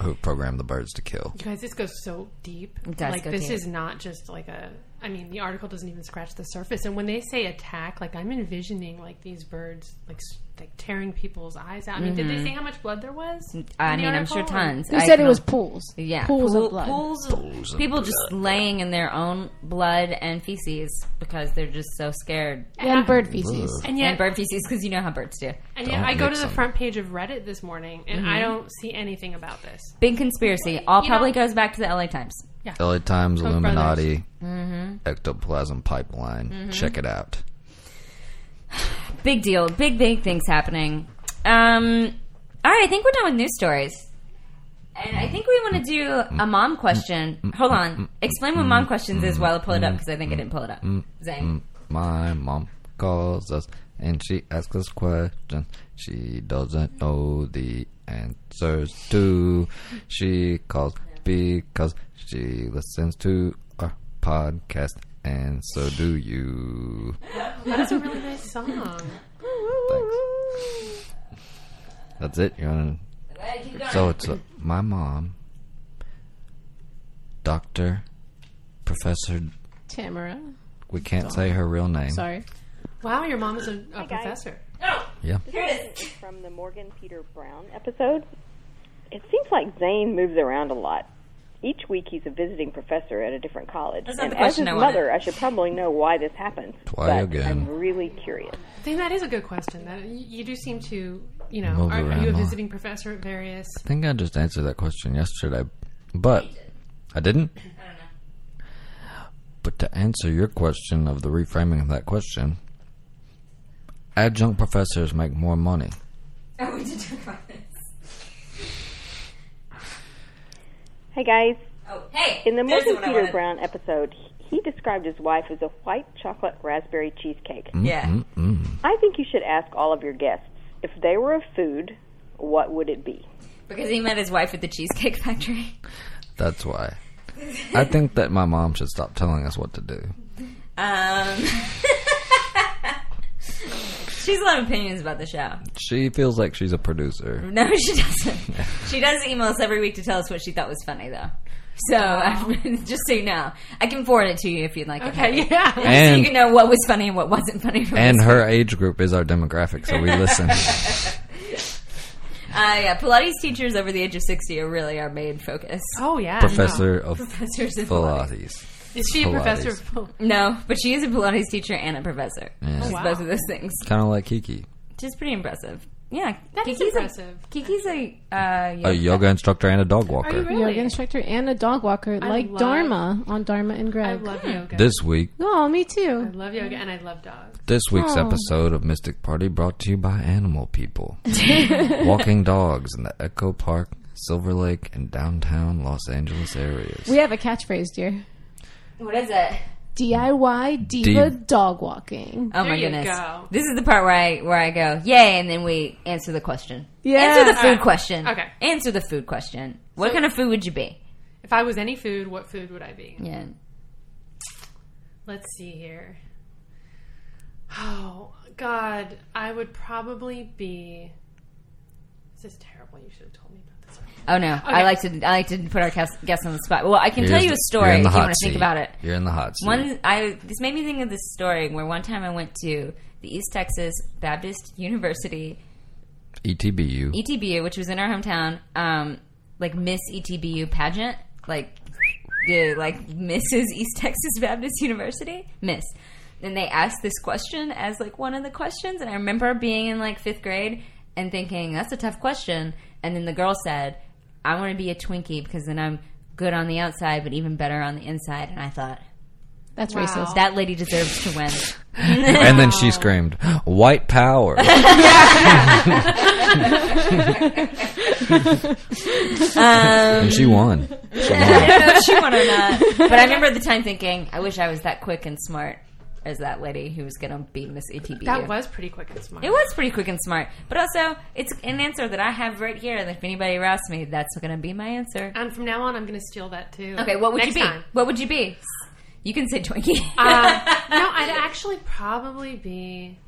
S2: who programmed the birds to kill.
S4: You guys, this goes so deep.
S5: does
S4: like
S5: go
S4: this
S5: deep.
S4: is not just like a. I mean, the article doesn't even scratch the surface. And when they say attack, like I'm envisioning like these birds like s- like tearing people's eyes out. I mean, did they say how much blood there was?
S5: Mm-hmm. Mm, I
S4: in the
S5: mean, I'm
S4: article?
S5: sure tons.
S3: They
S5: I
S3: said it
S5: can-
S3: was pools.
S5: yeah,
S3: Pools
S5: Pool-
S3: of blood.
S5: pools of- people just laying in their own blood and feces because they're just so scared.
S3: And bird feces.
S4: And
S5: And
S4: yet,
S5: bird feces because you know how birds do.
S4: and yet,
S2: Don't
S4: I go to
S2: mix
S4: the
S2: them.
S4: front page of Reddit this morning, and
S5: Mm-hmm.
S4: I don't see anything about this.
S5: Big conspiracy. All
S4: You
S5: probably
S4: know-
S5: goes back to the LA Times.
S2: LA Times,
S4: Koch
S2: Illuminati, ectoplasm pipeline. Check it out.
S5: Big deal. Big big things happening. Um. All right, I think we're done with news stories. And I think we want to do a mom question. Hold on. Explain what mom questions is while I pull it up because I think I didn't pull it up. Zang.
S2: My mom calls us and she asks us questions she doesn't know the answers to. She calls because she listens to our podcast, and so do you.
S4: That's a really nice song.
S2: Thanks. That's it. You want so it's uh, my mom, Doctor, Professor.
S3: Tamara.
S2: We can't say her real name.
S3: Sorry.
S4: Wow, your mom is a, a professor.
S2: Yeah.
S7: from the Morgan Peter Brown episode. It seems like Zane moves around a lot. Each week he's a visiting professor at a different college.
S5: That's not
S7: and
S5: the
S7: as
S5: question
S7: his
S5: I wanted.
S7: mother, I should probably know why this happens.
S2: Why
S7: but
S2: again?
S7: I'm really curious.
S4: I think that is a good question. That you you do seem to, you know,
S2: Move
S4: are, are you a
S2: around.
S4: visiting professor at various?
S2: I think I just answered that question yesterday, but I didn't. But to answer your question of the reframing of that question, adjunct professors make more money.
S5: Oh, we did talk about this.
S7: Hey guys,
S5: Oh, hey.
S7: in the
S5: there's
S7: Morgan
S5: one I
S7: Peter
S5: wanted.
S7: Brown episode, he described his wife as a white chocolate raspberry cheesecake.
S5: Yeah.
S7: I think you should ask all of your guests if they were a food, what would it be?
S5: Because he met his wife at the Cheesecake Factory.
S2: That's why. I think that my mom should stop telling us what to do.
S5: Um. She's a lot of opinions about the show.
S2: She feels like she's a producer.
S5: No, she doesn't. she does email us every week to tell us what she thought was funny, though. So, I've, just so you know, I can forward it to you if you'd like. it.
S4: Okay, yeah.
S5: so you can
S2: And
S5: know what was funny and what wasn't funny. From
S2: and
S5: this.
S2: her age group is our demographic, so we listen.
S5: uh, yeah, Pilates teachers over the age of sixty are really our main focus.
S4: Oh yeah,
S2: Professor of
S5: Professors of Pilates.
S2: Pilates.
S4: Is she a professor? of Pil-
S5: No, but she is a Pilates teacher and a professor.
S2: Yeah.
S5: She's
S4: Wow.
S5: both of those things,
S2: Kind of like Kiki,
S5: which is pretty impressive. Yeah,
S4: That is
S5: a-
S4: impressive.
S5: Kiki's a uh,
S2: a yoga instructor and a dog
S4: Are you
S2: walker.
S4: really?
S3: Yoga instructor and a dog walker, like
S4: love-
S3: Dharma on Dharma and
S4: I
S3: Greg.
S4: love yoga.
S2: This week,
S3: oh, me
S4: I
S3: too.
S4: love yoga and I love dogs.
S2: This week's
S3: Oh.
S2: episode of Mystic Party brought to you by Animal People. Walking dogs in the Echo Park, Silver Lake, and downtown Los Angeles areas.
S3: We have a catchphrase, dear.
S5: what is it?
S3: DIY diva dog walking.
S5: Oh
S4: There
S5: my
S4: you
S5: goodness!
S4: go.
S5: This is the part where I where I go, yay, and then we answer the question.
S3: Yeah.
S5: Answer the
S3: All
S5: food
S4: right.
S5: question.
S4: Okay.
S5: Answer the food question. What kind of food would you be?
S4: If I was any food, what food would I be?
S5: Yeah.
S4: Let's see here. Oh God, I would probably be This is terrible. You should have told me about this.
S5: Oh no, I like to I like to put our guests, guests on the spot. Well, I can tell
S2: Here's
S5: you a
S2: the-
S5: story
S2: you're in
S5: if
S2: the
S5: you
S2: hot
S5: want to think
S2: seat.
S5: about it.
S2: You're in the hot seat.
S5: One, I this made me think of this story where one time I went to the East Texas Baptist University
S2: E ETBU.
S5: ETBU, which was in our hometown, um, like Miss ETBU pageant, like the like Mrs. East Texas Baptist University, Miss. And they asked this question as like one of the questions, and I remember being in like fifth grade and thinking that's a tough question. And then the girl said, "I want to be a Twinkie because then I'm good on the outside, but even better on the inside." And I thought
S3: That's
S4: Wow.
S3: racist.
S5: that lady deserves to win.
S2: and then she screamed, "White power!"
S5: Um,
S2: and she won. She
S5: I
S2: won.
S5: don't know if she won or not. But I remember at the time thinking, I wish I was that quick and smart as that lady who was going to be Miss E ETBU.
S4: That was pretty quick and smart.
S5: It was pretty quick and smart. But also, it's an answer that I have right here. And if anybody asks me, that's going to be my answer.
S4: And from now on, I'm going to steal that too.
S5: Okay, what would
S4: Next
S5: you be?
S4: Time.
S5: What would you be? You can say Twinkie.
S4: Um, no, I'd actually probably be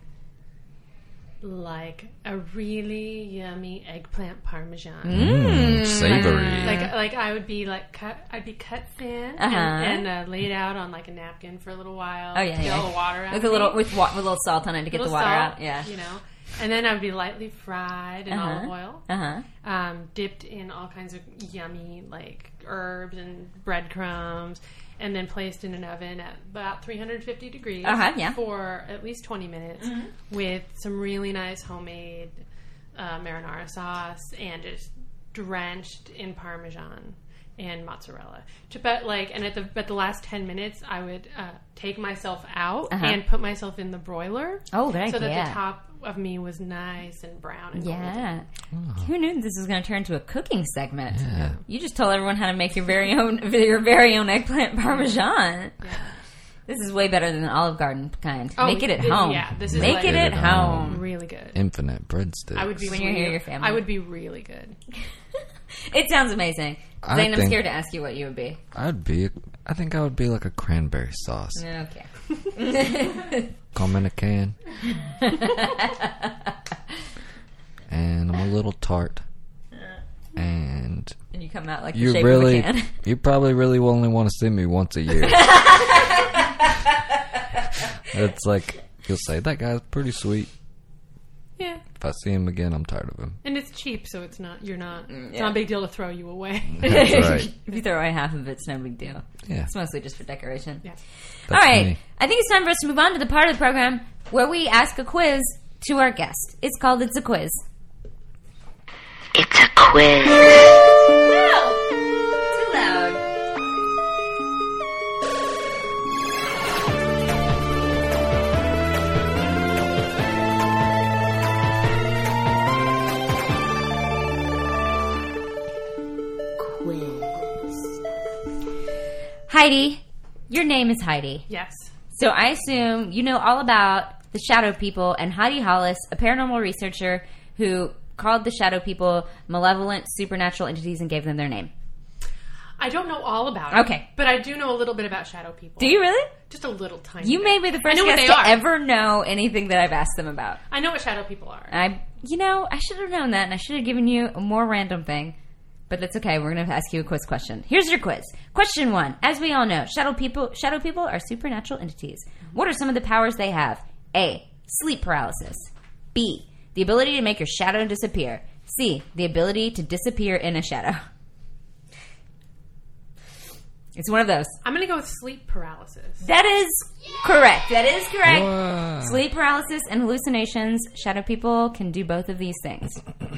S4: like a really yummy eggplant parmesan.
S2: Mm, savory.
S4: Mmm, Like, like I would be like cut. I'd be cut thin
S5: Uh-huh.
S4: and, and uh, laid out on like a napkin for a little while.
S5: oh yeah,
S4: to get
S5: yeah.
S4: all the water out
S5: with
S4: of
S5: a little
S4: me.
S5: with, wa- with a little salt on it to get the
S4: Little
S5: water
S4: salt,
S5: out. Yeah.
S4: you know. And then I would be lightly fried in olive oil,
S5: Uh huh.
S4: um, dipped in all kinds of yummy like herbs and breadcrumbs, and then placed in an oven at about 350 degrees
S5: Uh-huh, yeah. Mm-hmm.
S4: for at least 20 minutes with some really nice homemade uh, marinara sauce and just drenched in parmesan and mozzarella. To- But like, and at the but the last 10 minutes, I would uh, take myself out
S5: Uh-huh.
S4: and put myself in the broiler.
S5: Oh, good
S4: So that
S5: idea.
S4: the top of me was nice and brown and golden.
S5: Yeah.
S2: Ah.
S5: Who knew this was going to turn into a cooking segment? You just told everyone how to make your very own your very own eggplant parmesan. This is way better than the Olive Garden kind.
S4: Oh,
S5: make it at
S4: th-
S5: home.
S4: yeah, this is
S5: make
S4: like-
S5: it
S2: Get
S5: at
S2: it at
S5: home.
S4: Really good.
S2: Infinite breadsticks.
S4: I would be
S5: When you're
S4: really-
S5: here, your family.
S4: I would be really good.
S5: It sounds amazing.
S2: I
S5: Zane, I'm
S2: think-
S5: scared to ask you what you would be.
S2: I'd be. I think I would be like a cranberry sauce.
S5: Okay.
S2: Come in a can. and I'm a little tart. And
S5: And you come out like the
S2: you
S5: shape
S2: really,
S5: of a can.
S2: you probably really will only want to see me once a year. it's like you'll say that guy's pretty sweet.
S4: Yeah.
S2: If I see him again, I'm tired of him.
S4: And it's cheap, so it's not you're not
S5: Mm,
S4: it's not a big deal to throw you away.
S2: That's right.
S5: If you throw away half of it, it's no big deal.
S2: Yeah,
S5: It's mostly just for decoration.
S4: Yeah.
S5: All
S2: that's
S5: right.
S2: me.
S5: I think it's time for us to move on to the part of the program where we ask a quiz to our guest. It's called It's a Quiz.
S8: It's a quiz.
S5: Too loud. Heidi, your name is Heidi.
S4: yes.
S5: So I assume you know all about the shadow people and Heidi Hollis, a paranormal researcher who called the shadow people malevolent supernatural entities and gave them their name.
S4: I don't know all about it.
S5: Okay.
S4: But I do know a little bit about shadow people.
S5: Do you really?
S4: Just a little tiny.
S5: You
S4: bit.
S5: may be the
S4: I
S5: first
S4: know what
S5: guest
S4: they
S5: to
S4: are.
S5: ever know anything that I've asked them about.
S4: I know what shadow people are.
S5: I, you know, I should have known that, and I should have given you a more random thing. But that's okay. We're going to ask you a quiz question. Here's your quiz. Question one: As we all know, shadow people, shadow people are supernatural entities. What are some of the powers they have? A. Sleep paralysis. B. The ability to make your shadow disappear. C. The ability to disappear in a shadow. It's one of those.
S4: I'm gonna go with sleep paralysis.
S5: That is correct. That is correct.
S2: Whoa.
S5: Sleep paralysis and hallucinations. Shadow people can do both of these things.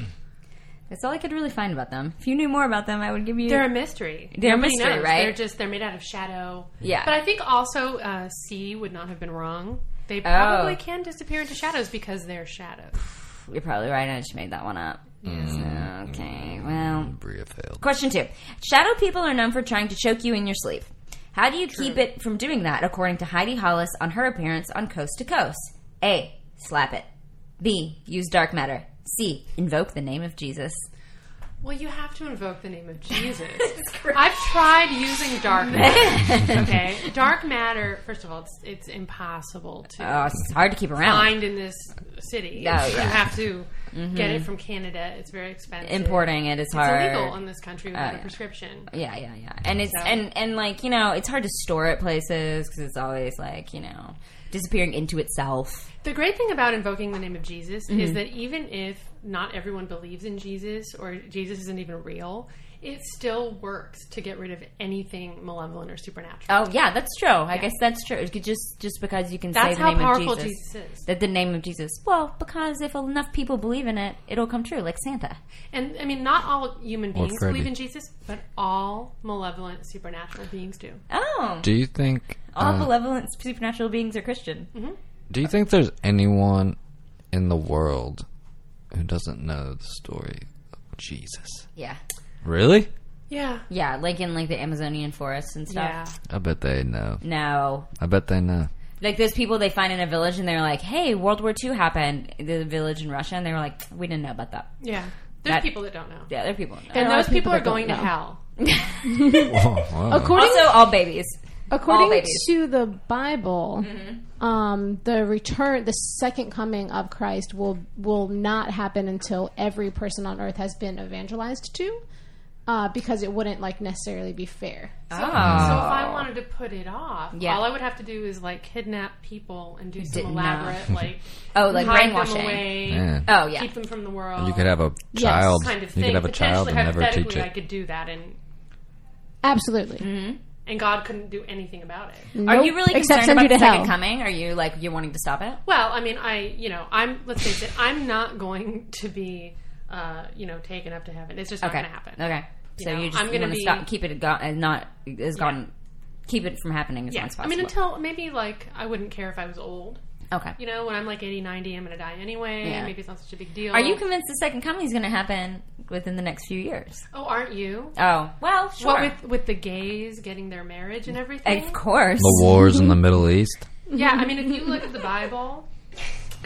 S5: That's all I could really find about them. If you knew more about them, I would give you.
S4: They're a mystery.
S5: They're a
S4: Nobody
S5: mystery, right?
S4: They're just they're made out of shadow.
S5: Yeah.
S4: But I think also uh, C would not have been wrong. They probably
S5: Oh.
S4: can disappear into shadows because they're shadows.
S5: You're probably right. I just made that one up. So, okay. Well,
S2: Bria failed.
S5: question two. Shadow people are known for trying to choke you in your sleep. How do you keep it from doing that? According to Heidi Hollis on her appearance on Coast to Coast. A. Slap it. B. Use dark matter. C. Invoke the name of Jesus.
S4: Well, you have to invoke the name of Jesus. I've tried using dark matter. okay, dark matter. First of all, it's, it's impossible to
S5: Oh, it's hard to keep around.
S4: find in this city.
S5: Oh, yeah. Mm-hmm.
S4: You have to Get it from Canada. It's very expensive.
S5: Importing it is
S4: It's
S5: hard.
S4: illegal in this country without
S5: yeah.
S4: a prescription.
S5: Yeah, yeah, yeah. And it's
S4: So-
S5: and and like you know, it's hard to store it places because it's always like you know disappearing into itself.
S4: The great thing about invoking the name of Jesus
S5: Mm-hmm.
S4: is that even if not everyone believes in Jesus or Jesus isn't even real, it still works to get rid of anything malevolent or supernatural.
S5: Oh yeah, that's true. I guess that's true. It could just just because you can say
S4: That's
S5: the
S4: how
S5: name
S4: powerful
S5: of Jesus.
S4: Jesus. is.
S5: That the name of Jesus. Well, because if enough people believe in it, it'll come true, like Santa.
S4: And I mean, not all human beings
S2: Freddy.
S4: believe in Jesus, but all malevolent supernatural beings do.
S5: Oh,
S2: Do you think?
S5: all
S2: uh,
S5: malevolent supernatural beings are Christian.
S2: do you think there's anyone in the world who doesn't know the story of Jesus?
S5: Yeah,
S2: Really?
S4: Yeah.
S5: yeah, like in like the Amazonian forest and stuff.
S4: Yeah.
S2: I bet they know.
S5: No,
S2: I bet they know.
S5: like those people they find in a village and they're like, "Hey, World War II happened." The village in Russia, and they were like, "We didn't know about that."
S4: Yeah. There's
S5: That-
S4: people that don't know.
S5: Yeah, there are people.
S4: And
S3: There are
S4: those people,
S3: people
S4: are
S3: that don't
S4: going to
S3: know.
S4: hell.
S2: Whoa, whoa.
S3: According
S5: Also, all babies. all
S3: According
S5: babies. Mm-hmm.
S3: to the Bible, um, the return, the second coming of Christ will will not happen until every person on earth has been evangelized to, uh, because it wouldn't like necessarily be fair.
S4: So if I wanted to put it off,
S5: Yeah.
S4: all I would have to do is like kidnap people and do some
S5: Didn't know.
S4: elaborate like
S5: Oh, like
S4: hide
S5: brainwashing.
S4: them away,
S2: Man.
S5: Oh yeah.
S4: keep them from the world.
S2: You could have a child.
S4: kind
S2: you
S4: of thing.
S2: could have a
S4: Potentially,
S2: child and never
S4: hypothetically,
S2: teach it.
S4: I could do that, and
S3: Absolutely.
S5: Mm.
S4: and God couldn't do anything about it.
S5: Are
S3: Nope.
S5: you really
S3: Except
S5: concerned
S3: send
S5: about
S3: you
S5: the
S3: to
S5: second
S3: hell.
S5: coming? Are you like you wanting to stop it?
S4: Well, I mean, I you know, I'm let's face it, I'm not going to be uh, you know taken up to heaven. It's just not
S5: Okay.
S4: going to happen.
S5: Okay. So
S4: know,
S5: you just
S4: I'm gonna
S5: want to
S4: be-
S5: stop, keep it gone, and not is gone. Keep it from happening as long
S4: Yeah.
S5: as
S4: I
S5: possible.
S4: mean, until maybe like I wouldn't care if I was old.
S5: okay.
S4: You know, when I'm like 80, 90, I'm going to die anyway.
S5: Yeah.
S4: Maybe it's not such a big deal.
S5: Are you convinced the second coming is going to happen within the next few years?
S4: Oh, aren't you?
S5: Oh well, sure.
S4: What with with the gays getting their marriage and everything?
S5: of course.
S2: The wars in the Middle East.
S4: Yeah, I mean, if you look at the Bible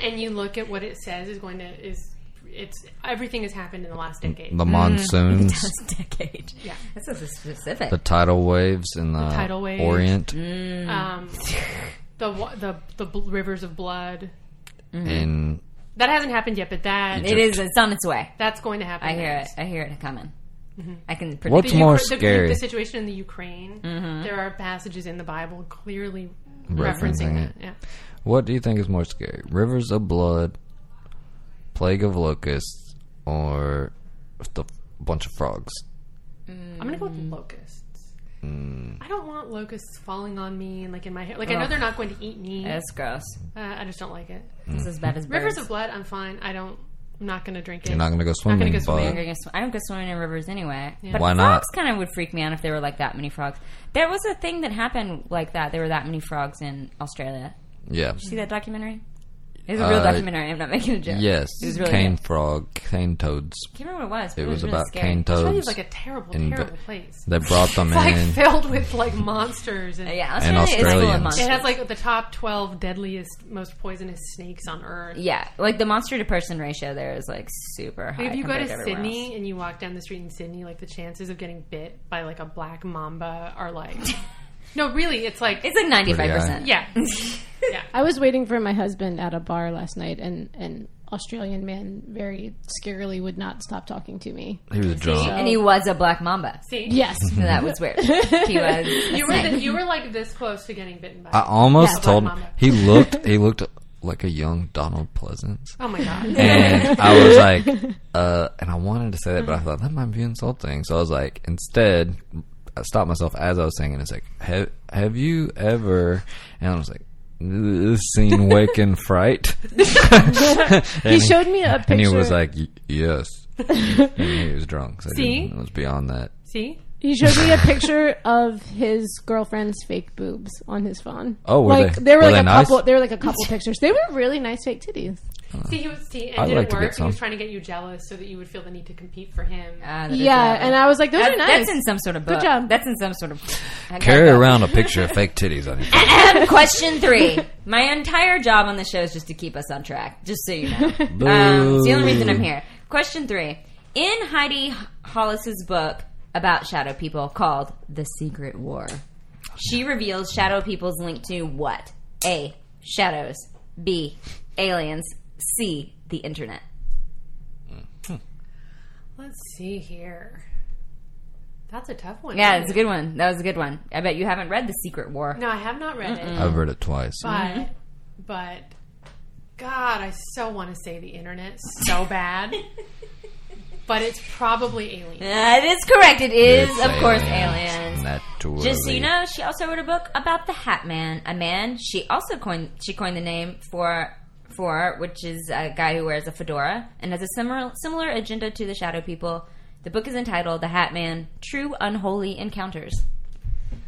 S4: and you look at what it says is going to is it's everything has happened in the last decade.
S2: The monsoons.
S5: Last decade.
S4: Yeah.
S5: That's so specific.
S2: the tidal waves in the,
S4: tidal waves.
S2: Orient
S4: Um, the wa- the the bl- rivers of blood
S2: and
S4: that hasn't happened yet, but that
S5: it is. It's on its way.
S4: that's going to happen.
S5: I hear it.
S4: next.
S5: I hear it coming. I can predict.
S2: What's
S4: The
S2: more
S4: Ukra- the-
S2: scary?
S4: The, situation in the Ukraine.
S5: Mm-hmm.
S4: There are passages in the Bible clearly
S2: Referencing
S4: referencing
S2: it.
S4: that. Yeah.
S2: What do you think is more scary? Rivers of blood, plague of locusts, or the bunch of frogs?
S4: I'm gonna go with
S5: Mm.
S4: locusts.
S2: Mm.
S4: I don't want locusts falling on me and like in my hair. Like I know they're not going to eat me. Uh,
S5: That's gross. Mm.
S4: I just don't like it.
S5: It's as bad as
S4: Rivers
S5: birds.
S4: of Blood, I'm fine. I don't. I'm not gonna drink it.
S2: You're not going to go
S4: gonna
S2: swimming,
S4: go
S2: but
S5: I don't go sw- I don't go swimming in rivers anyway. But
S2: Why not?
S5: frogs kind of would freak me out if there were like that many frogs. There was a thing that happened like that. There were that many frogs in Australia.
S2: yeah.
S5: See that documentary? It's a real
S2: Uh,
S5: documentary. I'm not making a joke.
S2: Yes,
S5: was really
S2: cane
S5: good.
S2: frog, cane toads.
S5: I can't remember what it was. but
S2: It was
S5: really
S2: about
S5: scary.
S2: cane
S4: Australia
S2: toads.
S4: is like a terrible,
S2: in-
S4: terrible place.
S2: they brought them
S4: It's like
S2: in.
S4: filled with like monsters and
S5: Yeah,
S2: And
S5: Australia is full of
S2: Australians.
S5: monsters.
S4: It has like the top twelve deadliest, most poisonous snakes on earth.
S5: yeah, like the monster to person ratio there is like super high.
S4: If you go
S5: compared
S4: to
S5: everywhere
S4: Sydney
S5: else.
S4: and you walk down the street in Sydney, like the chances of getting bit by like a black mamba are like, no, really, it's like,
S5: it's like ninety five percent.
S4: yeah,
S3: I was waiting for my husband at a bar last night, and an Australian man very scarily would not stop talking to me.
S2: He was drunk.
S5: and he was a black mamba.
S4: see,
S3: Yes,
S5: So that was weird. he was. a
S4: you were
S5: snake.
S4: the, you were like this close to getting bitten by.
S2: I almost
S4: Yeah.
S2: told him
S4: Mama.
S2: he looked. He looked like a young Donald Pleasance.
S4: oh my god,
S2: and I was like, uh, and I wanted to say that, but I thought that might be insulting. So I was like, instead, I stopped myself as I was saying it. It's like, have, have you ever? And I was like, "Uh, seen Wake and Fright?
S3: he showed me a picture.
S2: And he was like, "Y- yes. and he was drunk. So
S4: See?
S2: See? It was beyond that.
S4: see,
S3: He showed me a picture of his girlfriend's fake boobs on his phone.
S2: Oh, were
S3: like
S2: they-
S3: there were,
S2: were
S3: like
S2: they
S3: a
S2: nice?
S3: couple. There were like a couple pictures. They were really nice fake titties.
S4: see, he was see, and
S2: I'd
S4: didn't
S2: like to get
S4: work. He was
S2: some.
S4: trying to get you jealous so that you would feel the need to compete for him.
S5: Ah, that is
S3: Yeah,
S5: lovely.
S3: and I was like, those
S5: That-
S3: are nice.
S5: That's in some sort of book.
S3: job.
S5: That's in some sort of. I got
S2: Carry
S5: that.
S2: around a picture of fake titties on your phone.
S5: Question three. My entire job on the show is just to keep us on track, just so you know. Um, it's the only reason I'm here. Question three. In Heidi Hollis's book about shadow people called The Secret War, she reveals shadow people's link to what? A. Shadows. B. Aliens. C. The internet.
S4: Let's see here. That's a tough one.
S5: Yeah, it's a good one. That was a good one. I bet you haven't read The Secret War.
S4: No, I have not read it.
S2: I've read it twice.
S4: But,
S5: Mm-hmm.
S4: but, God, I so want to say the internet so bad. but it's probably Alien.
S5: Uh, it is correct. It is,
S2: It's
S5: of course,
S2: aliens,
S5: aliens.
S2: Naturally.
S5: Just so you know, she also wrote a book about the Hat Man, a man she also coined. She coined the name for for which is a guy who wears a fedora and has a similar similar agenda to the Shadow People. The book is entitled "The Hat Man: True Unholy Encounters."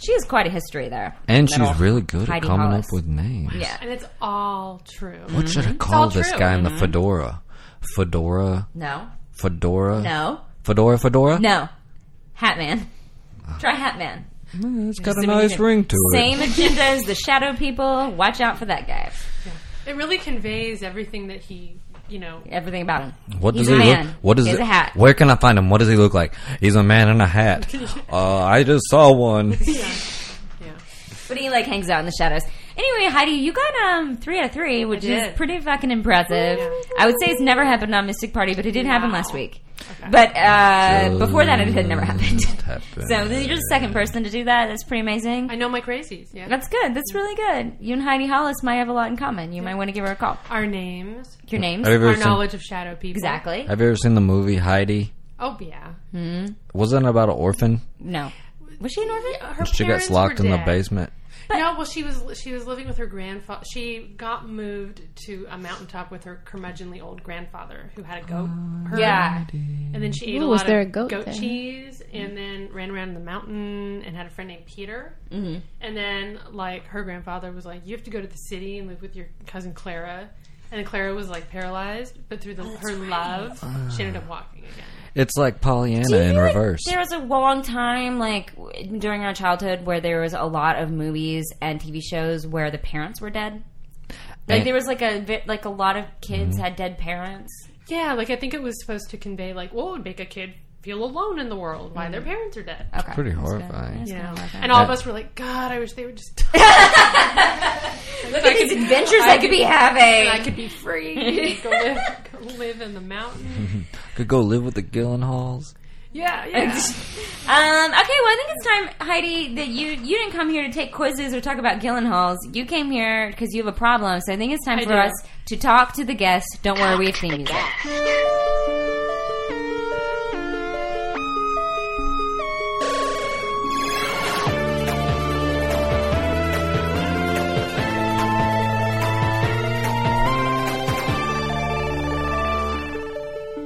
S5: She has quite a history there,
S2: And she's
S5: Little
S2: really good at
S5: Heidi
S2: coming
S5: Hollis.
S2: up with names.
S5: Yeah.
S4: And it's all true.
S2: What should
S5: Mm-hmm.
S2: I call
S4: all
S2: this
S4: true.
S2: guy in the fedora? Fedora,
S5: No,
S2: fedora,
S5: no,
S2: fedora, fedora.
S5: no, Hat Man.
S2: Ah.
S5: Try Hat Man.
S2: Mm, it's got a
S5: Just
S2: nice
S5: imagine-
S2: ring to it.
S5: Same agenda as the Shadow People. Watch out for that guy.
S4: It really conveys everything that he, you know,
S5: Everything about him.
S2: What
S5: He's
S2: does
S5: a
S2: he
S5: man.
S2: look? What does
S5: He's
S2: it?
S5: a hat.
S2: Where can I find him? What does he look like? He's a man in a hat. uh, I just saw one.
S5: But he like hangs out in the shadows. Anyway, Heidi, you got um three out of three, which is
S4: did.
S5: pretty fucking impressive. I would say it's never happened on Mystic Party, but it did happen last week. But uh, before that, it had never happened.
S2: happened.
S5: so you're the second person to do that. That's pretty amazing.
S4: I know my crazies. Yeah.
S5: That's good. That's really good. You and Heidi Hollis might have a lot in common. You might want to give her a call.
S4: Our names,
S5: Your names,
S2: Have you
S4: our
S2: ever seen?
S4: knowledge of shadow people.
S5: exactly.
S2: Have you ever seen the movie Heidi?
S4: Oh yeah.
S2: Wasn't it about an orphan?
S5: No, was she an orphan?
S4: Her
S2: She got
S4: parents were
S2: locked in the
S4: dead.
S2: basement.
S4: no, well, she was she was living with her grandfather. She got moved to a mountaintop with her curmudgeonly old grandfather who had a goat. herd.
S5: Oh. Yeah.
S4: and then she ate
S3: Ooh,
S4: a lot
S3: was there a
S4: of
S3: goat
S4: goat,
S3: there?
S4: cheese, and then ran around the mountain and had a friend named Peter. Mm-hmm. And then, like, her grandfather was like, "You have to go to the city and live with your cousin Clara." And then Clara was like paralyzed, but through the, her love, she ended up walking again.
S2: It's like Pollyanna
S5: Do you
S2: in
S5: feel like
S2: reverse.
S5: There was a long time, like w- during our childhood, where there was a lot of movies and TV shows where the parents were dead. Like
S2: And- Mm-hmm.
S5: there was like a vi- like a lot of kids had dead parents.
S4: Yeah, like I think it was supposed to convey like what would make a kid feel alone in the world, why their parents are dead.
S5: Okay,
S2: Pretty
S5: that's good.
S2: horrifying.
S5: That's
S4: You know?
S5: good.
S4: And all of
S2: That-
S4: us were like, God, I wish they would just die.
S5: Look at these adventures I, could be
S4: and
S5: having.
S4: I could be free. go, live, go live in the mountain.
S2: Could go live with the Gyllenhaals.
S4: Yeah, yeah.
S5: Um, okay, well, I think it's time, Heidi, that you you didn't come here to take quizzes or talk about Gyllenhaals. You came here because you have a problem. So I think it's time for
S4: do.
S5: us to talk to the guest. Don't worry, we have theme music.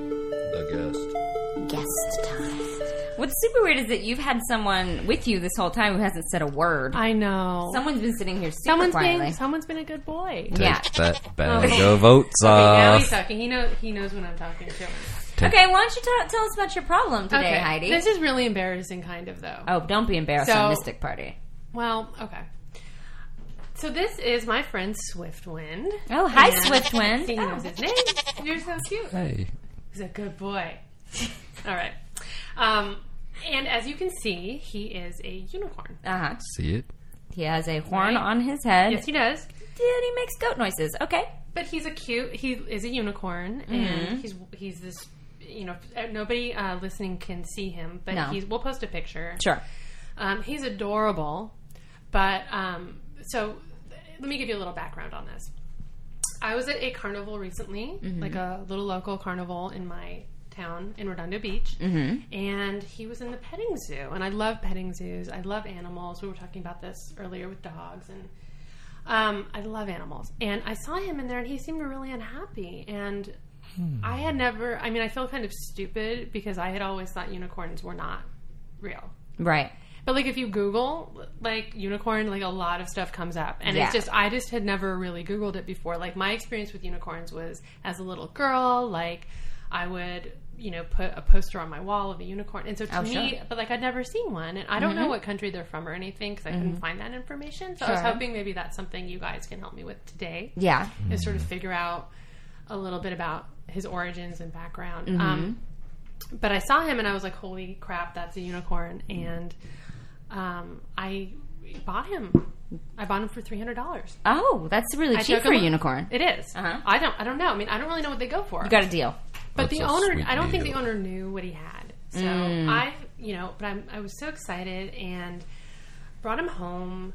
S2: The
S6: Guest time.
S5: What's super weird is that you've had someone with you this whole time who hasn't said a word.
S4: I know.
S5: Someone's been sitting here super
S4: Someone's
S5: quietly.
S4: been someone's been a good boy.
S2: guest.
S5: yeah.
S2: Take that bag of votes
S4: now he's
S2: off.
S4: talking. He knows he knows when I'm talking to him.
S2: Take-
S5: Okay, why don't you ta- tell us about your problem today, Heidi?
S4: This is really embarrassing, kind of though.
S5: oh, don't be embarrassed on
S4: So-
S5: Mystic Party.
S4: Well, okay. So this is my friend Swiftwind.
S5: Oh, hi,
S4: And
S5: Swiftwind.
S4: He knows
S5: Oh.
S4: his name. You're so cute.
S2: Hey,
S4: He's a good boy. All right. Um, and as you can see, he is a unicorn.
S5: Uh-huh.
S2: see it?
S5: He has a horn
S4: Right.
S5: on his head.
S4: Yes, he does.
S5: And he makes goat noises. Okay.
S4: But he's a cute. He is a unicorn,
S5: Mm-hmm.
S4: and he's he's this. You know, nobody uh, listening can see him, but
S5: No.
S4: he's. We'll post a picture.
S5: Sure.
S4: Um, he's adorable, but um, so th- let me give you a little background on this. I was at a carnival recently, like a little local carnival in my town in Redondo Beach, and he was in the petting zoo. And I love petting zoos. I love animals. We were talking about this earlier with dogs, and um, I love animals. And I saw him in there, and he seemed really unhappy. And I had never. I mean, I feel kind of stupid because I had always thought unicorns were not real.
S5: Right.
S4: But like if you Google like unicorn, like a lot of stuff comes up, and
S5: Yeah.
S4: it's just I just had never really Googled it before. Like my experience with unicorns was as a little girl, like I would you know put a poster on my wall of a unicorn, and so to
S5: Oh,
S4: me,
S5: sure. Mm-hmm.
S4: but like I'd never seen one, and I don't know what country they're from or anything because I couldn't find that information. So I was
S5: Sure.
S4: hoping maybe that's something you guys can help me with today
S5: Yeah.
S4: is sort of
S5: Mm.
S4: figure out a little bit about his origins and background.
S5: Mm-hmm.
S4: Um, but I saw him and I was like, "Holy crap, that's a unicorn!" And um, I bought him. I bought him for three hundred dollars.
S5: Oh, that's really
S4: I
S5: cheap
S4: took
S5: for a
S4: him-
S5: unicorn.
S4: It is.
S5: Uh-huh.
S4: I don't. I don't know. I mean, I don't really know what they go for.
S5: You got a deal.
S4: But the
S2: That's a
S4: owner,
S2: sweet
S4: I don't think the
S2: deal.
S4: owner knew what he had. So I, you know, but I'm, I was so excited and brought him home,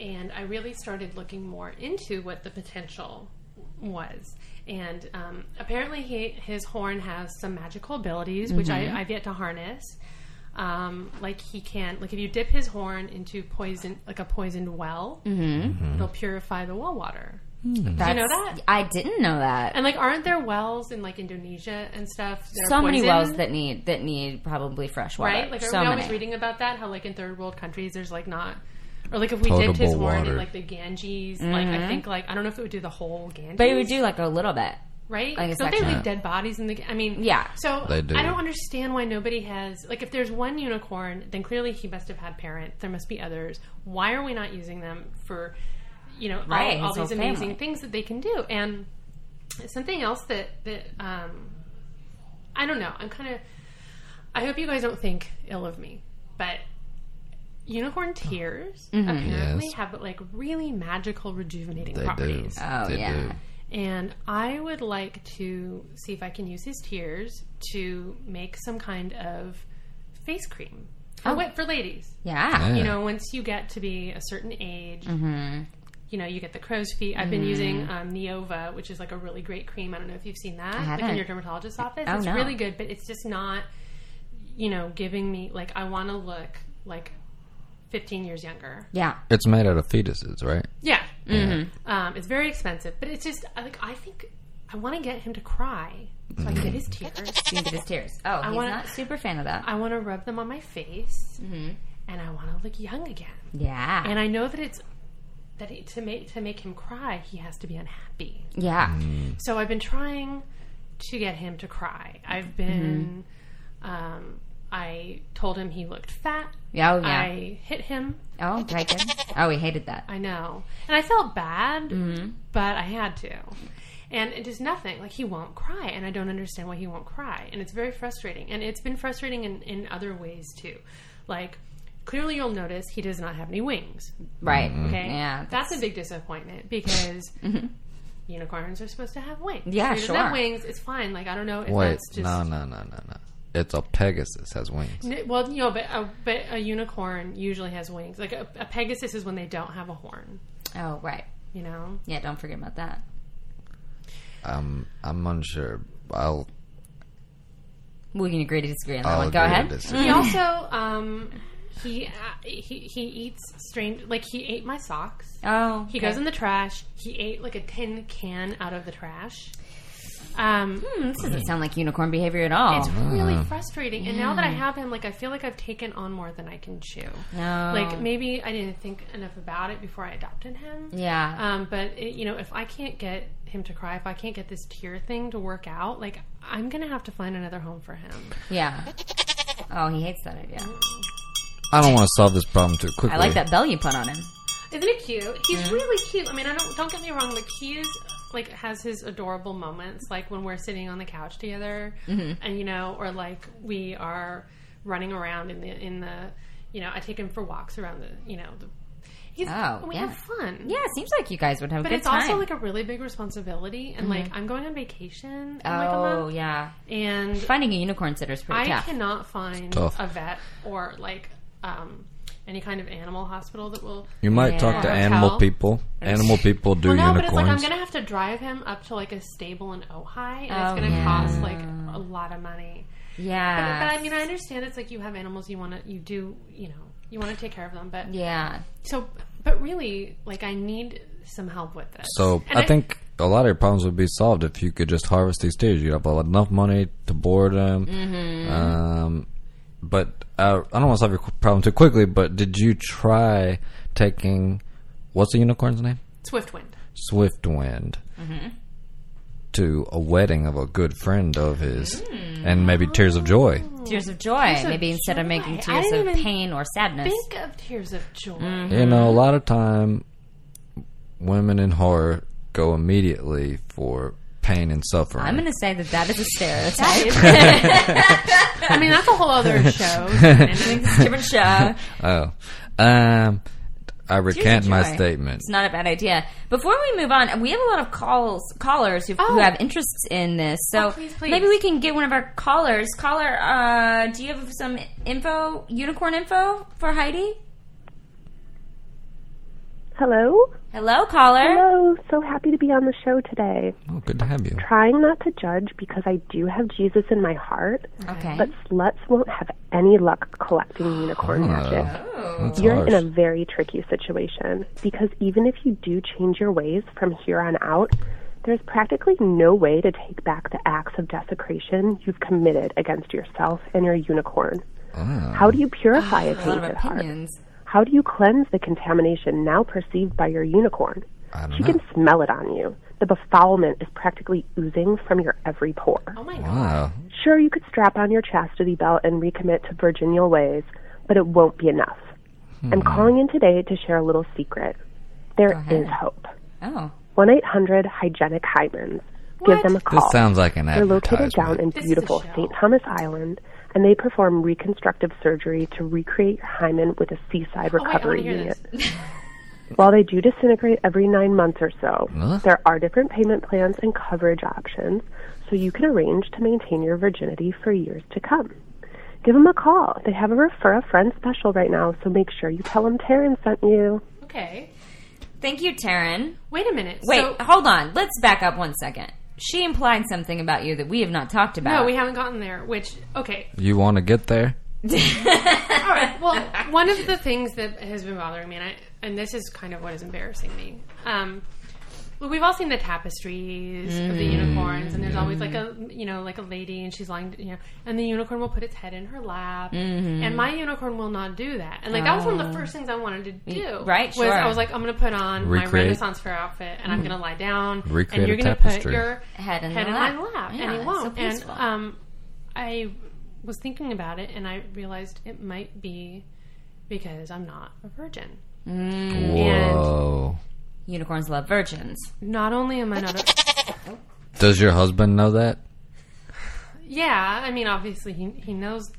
S4: and I really started looking more into what the potential was. And um, apparently, he, his horn has some magical abilities, which I, I've yet to harness. Um, like he can, like if you dip his horn into poison, like a poisoned well, it'll purify the well water.
S5: That's,
S4: know that?
S5: I didn't know that.
S4: And like, aren't there wells in like Indonesia and stuff? that are
S5: so many
S4: poisoned?
S5: wells that need that need probably fresh water.
S4: right? Like
S5: so
S4: I
S5: many.
S4: was reading about that, how like in third world countries there's like not, or like if we dipped his
S2: Potable
S4: horn in
S2: water.
S4: like the Ganges, like I think like I don't know if it would do the whole Ganges,
S5: Mm-hmm. but it would do like a little bit.
S4: right?
S5: like a
S4: don't they
S5: section.
S4: leave dead bodies in the? I mean,
S5: Yeah.
S4: So
S2: They do.
S4: I don't understand why nobody has like if there's one unicorn, then clearly he must have had parents. There must be others. Why are we not using them for, you know, all-
S5: Right,
S4: all,
S5: his whole
S4: these amazing
S5: family.
S4: things that they can do? And something else that that um, I don't know. I'm kind of. I hope you guys don't think ill of me, but unicorn tears
S5: Mm-hmm.
S4: apparently
S2: Yes.
S4: have like really magical rejuvenating
S2: They do.
S4: properties.
S5: Oh,
S2: they
S5: yeah.
S2: do.
S4: And I would like to see if I can use his tears to make some kind of face cream for,
S5: Oh.
S4: wa- for ladies.
S5: Yeah. Mm-hmm.
S2: Yeah.
S4: You know, once you get to be a certain age, you know, you get the crow's feet. I've been using um, Neova, which is like a really great cream. I don't know if you've seen that, like
S5: haven't.
S4: in your dermatologist's office.
S5: Oh,
S4: it's
S5: no.
S4: really good, but it's just not, you know, giving me like I want to look like 15 years younger.
S5: Yeah.
S2: It's made out of fetuses, right?
S4: Yeah. Um, it's very expensive, but it's just I- like I think I want to get him to cry so I can get his tears.
S5: You can get his tears. Oh, he's
S4: wanna-
S5: not super fan of that.
S4: I want to rub them on my face, and I want to look young again.
S5: yeah.
S4: And I know that it's that it, to make to make him cry, he has to be unhappy.
S5: yeah.
S4: So I've been trying to get him to cry. I've been. Um, I told him he looked fat.
S5: Yeah, oh, yeah.
S4: I hit him.
S5: Oh, did I get Oh, he hated that.
S4: I know. And I felt bad,
S5: Mm-hmm.
S4: but I had to. And it is nothing. Like, he won't cry, and I don't understand why he won't cry. And it's very frustrating. And it's been frustrating in, in other ways, too. Like, clearly you'll notice he does not have any wings.
S5: Right.
S4: Okay?
S5: Yeah. Mm-hmm.
S4: That's, a big disappointment because unicorns are supposed to have wings.
S5: Yeah,
S4: If he doesn't have
S5: sure.
S4: wings, it's fine. Like, I don't know if
S2: Wait,
S4: that's just.
S2: no, no, no, no, no. It's a Pegasus has wings.
S4: N- Well, you know, but a, but a unicorn usually has wings. Like a, a Pegasus is when they don't have a horn.
S5: Oh, right.
S4: You know,
S5: Yeah, don't forget about that.
S2: Um, I'm unsure. I'll,
S5: We can agree to disagree on that
S2: I'll
S5: one. Go
S2: Oh, agree to
S5: ahead.
S2: disagree.
S4: He also um he uh, he he eats strange like he ate my socks.
S5: Oh.
S4: He
S5: okay.
S4: goes in the trash. He ate like a tin can out of the trash. Um,
S5: Hmm, this doesn't sound like unicorn behavior at all.
S4: it's really
S5: Ah.
S4: frustrating. And now that I have him, like I feel like I've taken on more than I can chew.
S5: no.
S4: Like maybe I didn't think enough about it before I adopted him.
S5: Yeah.
S4: Um, but it, you know, if I can't get him to cry, if I can't get this tear thing to work out, like I'm gonna have to find another home for him.
S5: yeah. Oh, he hates that idea.
S2: I don't want to solve this problem too quickly.
S5: I like that bell you put on him.
S4: Isn't it cute? He's really cute. I mean, I don't don't get me wrong. Like he is like has his adorable moments, like when we're sitting on the couch together,
S5: Mm-hmm.
S4: and you know, or like we are running around in the in the, you know, I take him for walks around the, you know, the. He's,
S5: Oh,
S4: we
S5: yeah.
S4: have fun.
S5: Yeah, seems like you guys would have a
S4: But
S5: good
S4: it's
S5: time. Mm-hmm.
S4: also like a really big responsibility, and like I'm going on vacation in like a
S5: oh,
S4: month,
S5: yeah.
S4: and
S5: Finding a unicorn sitter is pretty
S4: I
S5: tough.
S4: cannot find
S2: tough.
S4: a vet or like um, any kind of animal hospital that will
S2: You might
S5: Yeah.
S2: talk to
S4: Hotel.
S2: animal people. Animal people do
S4: Well, no, but
S2: unicorns.
S4: it's like I'm gonna have to drive him up to like a stable in Ojai, and
S5: Oh,
S4: it's gonna
S5: yeah.
S4: cost like a lot of money. But,
S5: yeah.
S4: but I mean, I understand it's like you have animals, you want to, you do, you know, you want to take care of them. But
S5: yeah.
S4: so, but really, like I need some help with this.
S2: So
S4: And
S2: I, think a lot of your problems would be solved if you could just harvest these tears. You'd have enough money to board them. Um, but uh, I don't want to solve your qu- problem too quickly. But did you try taking what's the unicorn's name?
S4: Swiftwind.
S2: Swiftwind to a wedding of a good friend of his, and maybe Tears of Joy.
S5: Tears of joy.
S4: Mm. of
S5: Maybe instead of making
S4: joy. I
S5: tears
S4: didn't
S5: of
S4: even
S5: pain or sadness.
S4: Think of Tears of Joy.
S5: Mm-hmm.
S2: You know, a lot of time, women in horror go immediately for pain and suffering.
S5: I'm going to say that that is a stereotype.
S4: I mean, that's a whole other show.
S5: It's a different show.
S2: Oh, um, I recant my
S5: enjoy.
S2: statement.
S5: It's not a bad idea. Before we move on, we have a lot of calls, callers who, who
S4: Oh.
S5: have interests in this. So
S4: Oh, please, please.
S5: maybe we can get one of our callers. Caller, uh, do you have some info, unicorn info for Heidi?
S8: Hello?
S5: Hello, caller.
S8: Hello. So happy to be on the show today.
S2: Oh, good to have you.
S8: Trying not to judge because I do have Jesus in my heart,
S5: Okay.
S8: but sluts won't have any luck collecting unicorn magic.
S2: That's
S8: You're
S2: harsh.
S8: in a very tricky situation because even if you do change your ways from here on out, there's practically no way to take back the acts of desecration you've committed against yourself and your unicorn. How do you purify a
S5: a lot of
S8: tainted heart?
S5: opinions.
S8: How do you cleanse the contamination now perceived by your unicorn?
S2: I don't
S8: She
S2: know.
S8: can smell it on you. The befoulment is practically oozing from your every pore.
S4: Oh my god.
S2: Wow.
S8: Sure, you could strap on your chastity belt and recommit to virginial ways, but it won't be enough.
S4: Hmm.
S8: I'm calling in today to share a little secret. There
S5: ahead.
S8: is hope.
S5: Oh.
S8: 1 800 Hygienic Hymens. Give them a call.
S2: This sounds like an
S8: They're located
S2: advertisement.
S8: down in
S4: This is a
S8: beautiful
S4: show.
S8: St. Thomas Island, and they perform reconstructive surgery to recreate your hymen with a seaside
S4: Oh, wait, I want
S8: recovery
S4: to hear
S8: unit.
S4: this.
S8: While they do disintegrate every nine months or so,
S2: Huh?
S8: there are different payment plans and coverage options, so you can arrange to maintain your virginity for years to come. Give them a call. They have a refer a friend special right now, so make sure you tell them Taryn sent you.
S4: Okay.
S5: Thank you, Taryn.
S4: Wait a minute.
S5: Wait,
S4: So,
S5: hold on. Let's back up one second. She implied something about you that we have not talked about.
S4: no, oh, we haven't gotten there. Which okay.
S2: You want to get there?
S4: All right. Well, one of the things that has been bothering me, and I, and this is kind of what is embarrassing me. Um, well, we've all seen the tapestries of
S2: Mm.
S4: the unicorns, and there's always like a you know like a lady, and she's lying, you know, and the unicorn will put its head in her lap,
S2: Mm-hmm.
S4: and my unicorn will not do that. And like that was one
S2: Oh.
S4: of the first things I wanted to do.
S5: right,
S4: Was
S5: sure.
S4: I was like, I'm going to put on my
S2: Recreate-
S4: Renaissance fair outfit, and I'm going to lie down,
S2: Recreate
S4: and you're
S2: a
S4: going to put
S2: tapestry.
S4: your
S5: Head in the
S4: my
S5: lap.
S4: lap,
S5: Yeah,
S4: and he
S5: it's so
S4: won't. and
S5: peaceful.
S4: um, I was thinking about it, and I realized it might be because I'm not a virgin. Mm,
S2: Whoa.
S5: Unicorns love virgins.
S4: Not only am I not a
S2: Does your husband know that?
S4: yeah, I mean obviously he he knows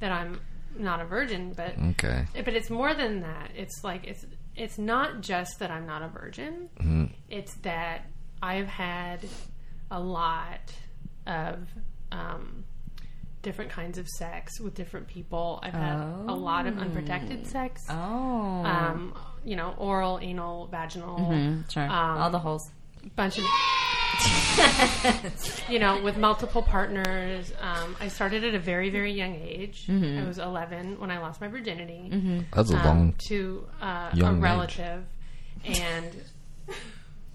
S4: that I'm not a virgin, but
S2: Okay.
S4: but it's more than that. It's like it's it's not just that I'm not a virgin. It's that I've had a lot of um, different kinds of sex with different people. I've had a lot of unprotected sex.
S5: Oh.
S4: um, you know, oral, anal, vaginal,
S5: Mm-hmm.
S4: Um,
S5: sure. All the holes.
S4: bunch of, you know, with multiple partners. Um, I started at a very, very young age.
S5: Mm-hmm.
S4: I was 11 when I lost my virginity
S2: That's a
S4: um,
S2: long.
S4: to uh,
S2: young
S4: a
S2: age.
S4: relative, and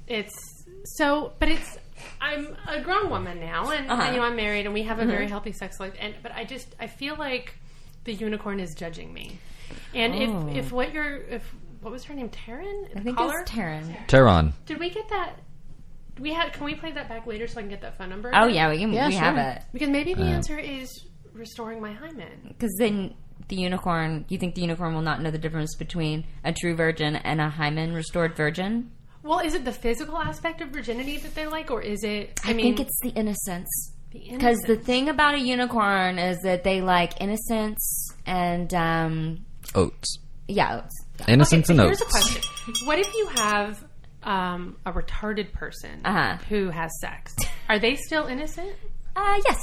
S4: it's so. But it's I'm a grown woman now, and,
S5: Uh-huh.
S4: and, you know I'm married, and we have a
S5: Mm-hmm.
S4: very healthy sex life. And but I just I feel like the unicorn is judging me, and if if what you're if what was her name Taryn
S5: Oh. I think
S4: Caller?
S5: it's Taryn.
S2: Tehran.
S4: Did we get that? We had. Can we play that back later so I can get that phone number?
S5: Oh, yeah, we, can,
S3: Yeah,
S5: we
S3: sure.
S5: have it.
S4: Because maybe the answer is restoring my hymen.
S5: Because then the unicorn, you think the unicorn will not know the difference between a true virgin and a hymen restored virgin?
S4: Well, is it the physical aspect of virginity that they like, or is it? I,
S5: I,
S4: mean,
S5: think it's the innocence.
S4: the
S5: Because
S4: innocence?
S5: the thing about a unicorn is that they like innocence and, um,
S2: Oats.
S5: yeah, oats.
S2: Innocence
S4: Okay,
S2: and
S4: so
S2: oats.
S4: Here's a question: What if you have um, a retarded person
S5: Uh-huh.
S4: who has sex? Are they still innocent?
S5: Uh, yes.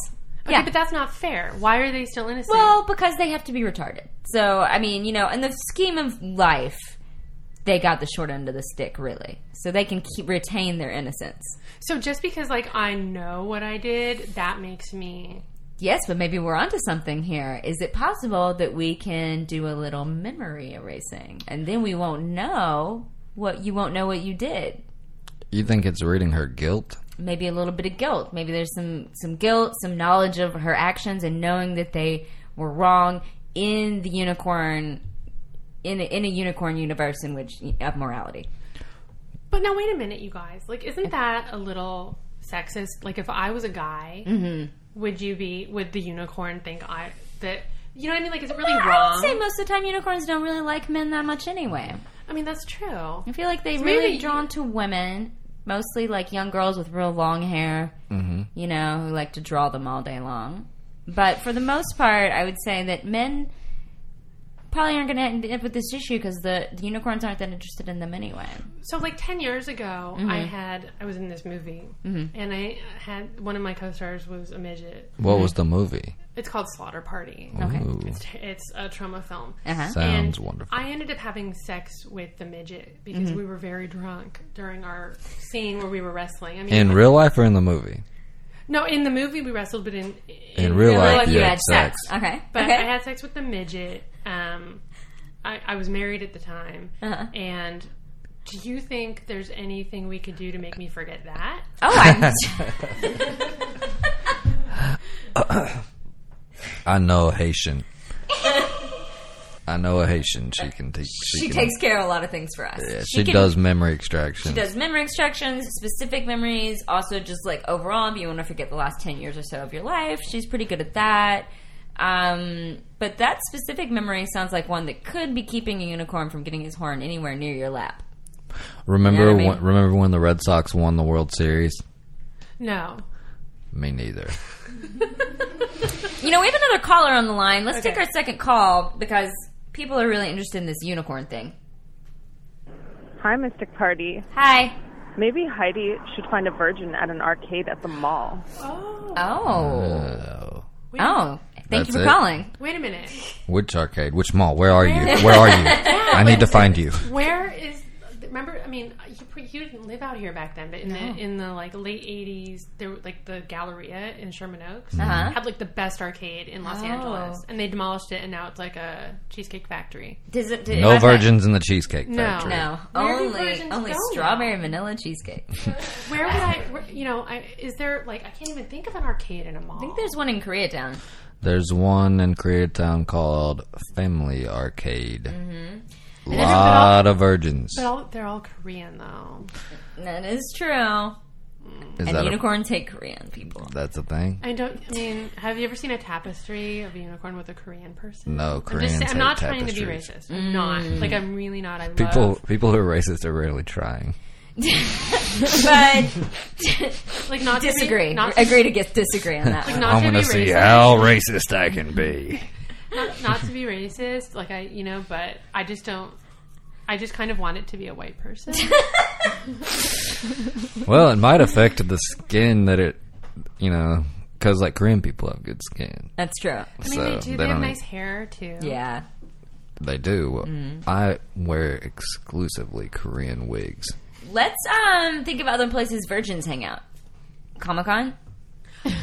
S4: Okay, but that's not fair. Why are they still innocent?
S5: Well, because they have to be retarded. So, I mean, you know, in the scheme of life, they got the short end of the stick, really. So they can keep retain their innocence.
S4: so just because like I know what I did, that makes me
S5: Yes, but maybe we're onto something here. Is it possible that we can do a little memory erasing and then we won't know what you won't know what you did?
S2: You think it's reading her guilt?
S5: Maybe a little bit of guilt. Maybe there's some some guilt, some knowledge of her actions and knowing that they were wrong in the unicorn in a, in a unicorn universe in which of morality.
S4: But now, wait a minute, you guys. Like, isn't that a little sexist? Like, if I was a guy,
S5: Mm-hmm.
S4: would you be? Would the unicorn think I that? You know what I mean? Like, is it really
S5: I
S4: wrong?
S5: would say most of the time unicorns don't really like men that much anyway.
S4: I mean, that's true.
S5: I feel like they
S4: maybe
S5: really
S4: you-
S5: drawn to women, mostly like young girls with real long hair,
S2: Mm-hmm.
S5: you know, who like to draw them all day long. But for the most part, I would say that men probably aren't going to end up with this issue because the, the unicorns aren't that interested in them anyway.
S4: So like ten years ago,
S5: Mm-hmm.
S4: I had I was in this movie, and I had one of my co-stars was a midget.
S2: What was the movie?
S4: It's called Slaughter Party.
S2: Ooh,
S4: It's, it's a trauma film.
S5: Uh-huh.
S2: sounds
S4: And
S2: wonderful.
S4: I ended up having sex with the midget because
S5: Mm-hmm.
S4: we were very drunk during our scene where we were wrestling. I mean,
S2: in real life or in the movie?
S4: no, in the movie we wrestled, but in
S2: In real
S5: Well,
S2: life,
S5: if you
S2: yeah,
S5: had sex. Okay.
S4: Uh, But
S5: okay.
S4: I had sex with the midget. Um, I, I was married at the time,
S5: Uh-huh.
S4: and do you think there's anything we could do to make me forget that?
S5: oh, I,
S2: I know a Haitian. I know a Haitian. She can take.
S5: she
S2: can-
S5: takes care of a lot of things for us.
S2: Yeah, she,
S5: can-
S2: does memory extraction.
S5: She does memory extractions, specific memories, also just like overall, if you want to forget the last 10 years or so of your life, she's pretty good at that. Um, but that specific memory sounds like one that could be keeping a unicorn from getting his horn anywhere near your lap.
S2: Remember
S5: You know what I
S2: when?
S5: mean?
S2: Remember when the Red Sox won the World Series?
S4: No.
S2: Me neither.
S5: You know, we have another caller on the line. Let's take our second call because people are really interested in this unicorn thing.
S9: Hi, Mystic Party.
S5: Hi.
S9: Maybe Heidi should find a virgin at an arcade at the mall.
S5: Oh.
S2: Oh.
S5: Oh. Thank you
S2: That's
S5: for
S2: it?
S5: calling.
S4: Wait a minute.
S2: Which arcade? Which mall? Where are you? Where are you? I need to find you.
S4: Where is? Remember, I mean, you, pre- you didn't live out here back then, but in the in the like late '80s, there were, like the Galleria in Sherman Oaks
S5: Mm-hmm. Uh-huh.
S4: had like the best arcade in Los Angeles, and they demolished it, and now it's like a cheesecake factory.
S5: Does it, did-
S2: No
S5: was that-
S2: virgins in the Cheesecake
S4: No.
S2: Factory.
S5: No.
S4: Where do
S5: Only,
S4: virgins
S5: only
S4: go now?
S5: strawberry vanilla cheesecake. I
S4: Where would I? Where, you know, I, is there like I can't even think of an arcade in a mall.
S5: think there's one in Koreatown.
S2: There's one in Koreatown called Family Arcade.
S4: Mm-hmm. And there's- but all-
S2: Lot of virgins.
S4: But all, they're all Korean though.
S5: That is true.
S2: Is
S5: And
S2: that a,
S5: unicorns hate Korean people.
S2: that's a thing?
S4: I don't. I mean, have you ever seen a tapestry of a unicorn with a Korean person?
S2: No,
S4: I'm,
S2: Koreans
S4: just,
S2: hate
S4: I'm not trying to be
S2: tapestries.
S4: racist. I'm not. Like I'm really not. I love
S2: People people who are racist are rarely trying.
S5: But
S4: like not to be-
S5: disagree.
S4: not to-
S5: Agree to get disagree on that. one.
S4: not
S2: I'm
S4: to
S2: gonna
S4: be
S2: see
S4: racist.
S2: how racist I can be.
S4: not to be racist, like I, you know, but I just don't. I just kind of want it to be a white person.
S2: Well, it might affect the skin that it, you know, because like Korean people have good skin,
S5: That's true.
S4: I mean,
S2: so
S4: they do. They, have
S2: don't. e-,
S4: nice hair too.
S5: Yeah.
S2: They do. Well,
S4: Mm.
S2: I wear exclusively Korean wigs.
S5: Let's um think of other places virgins hang out. Comic Con,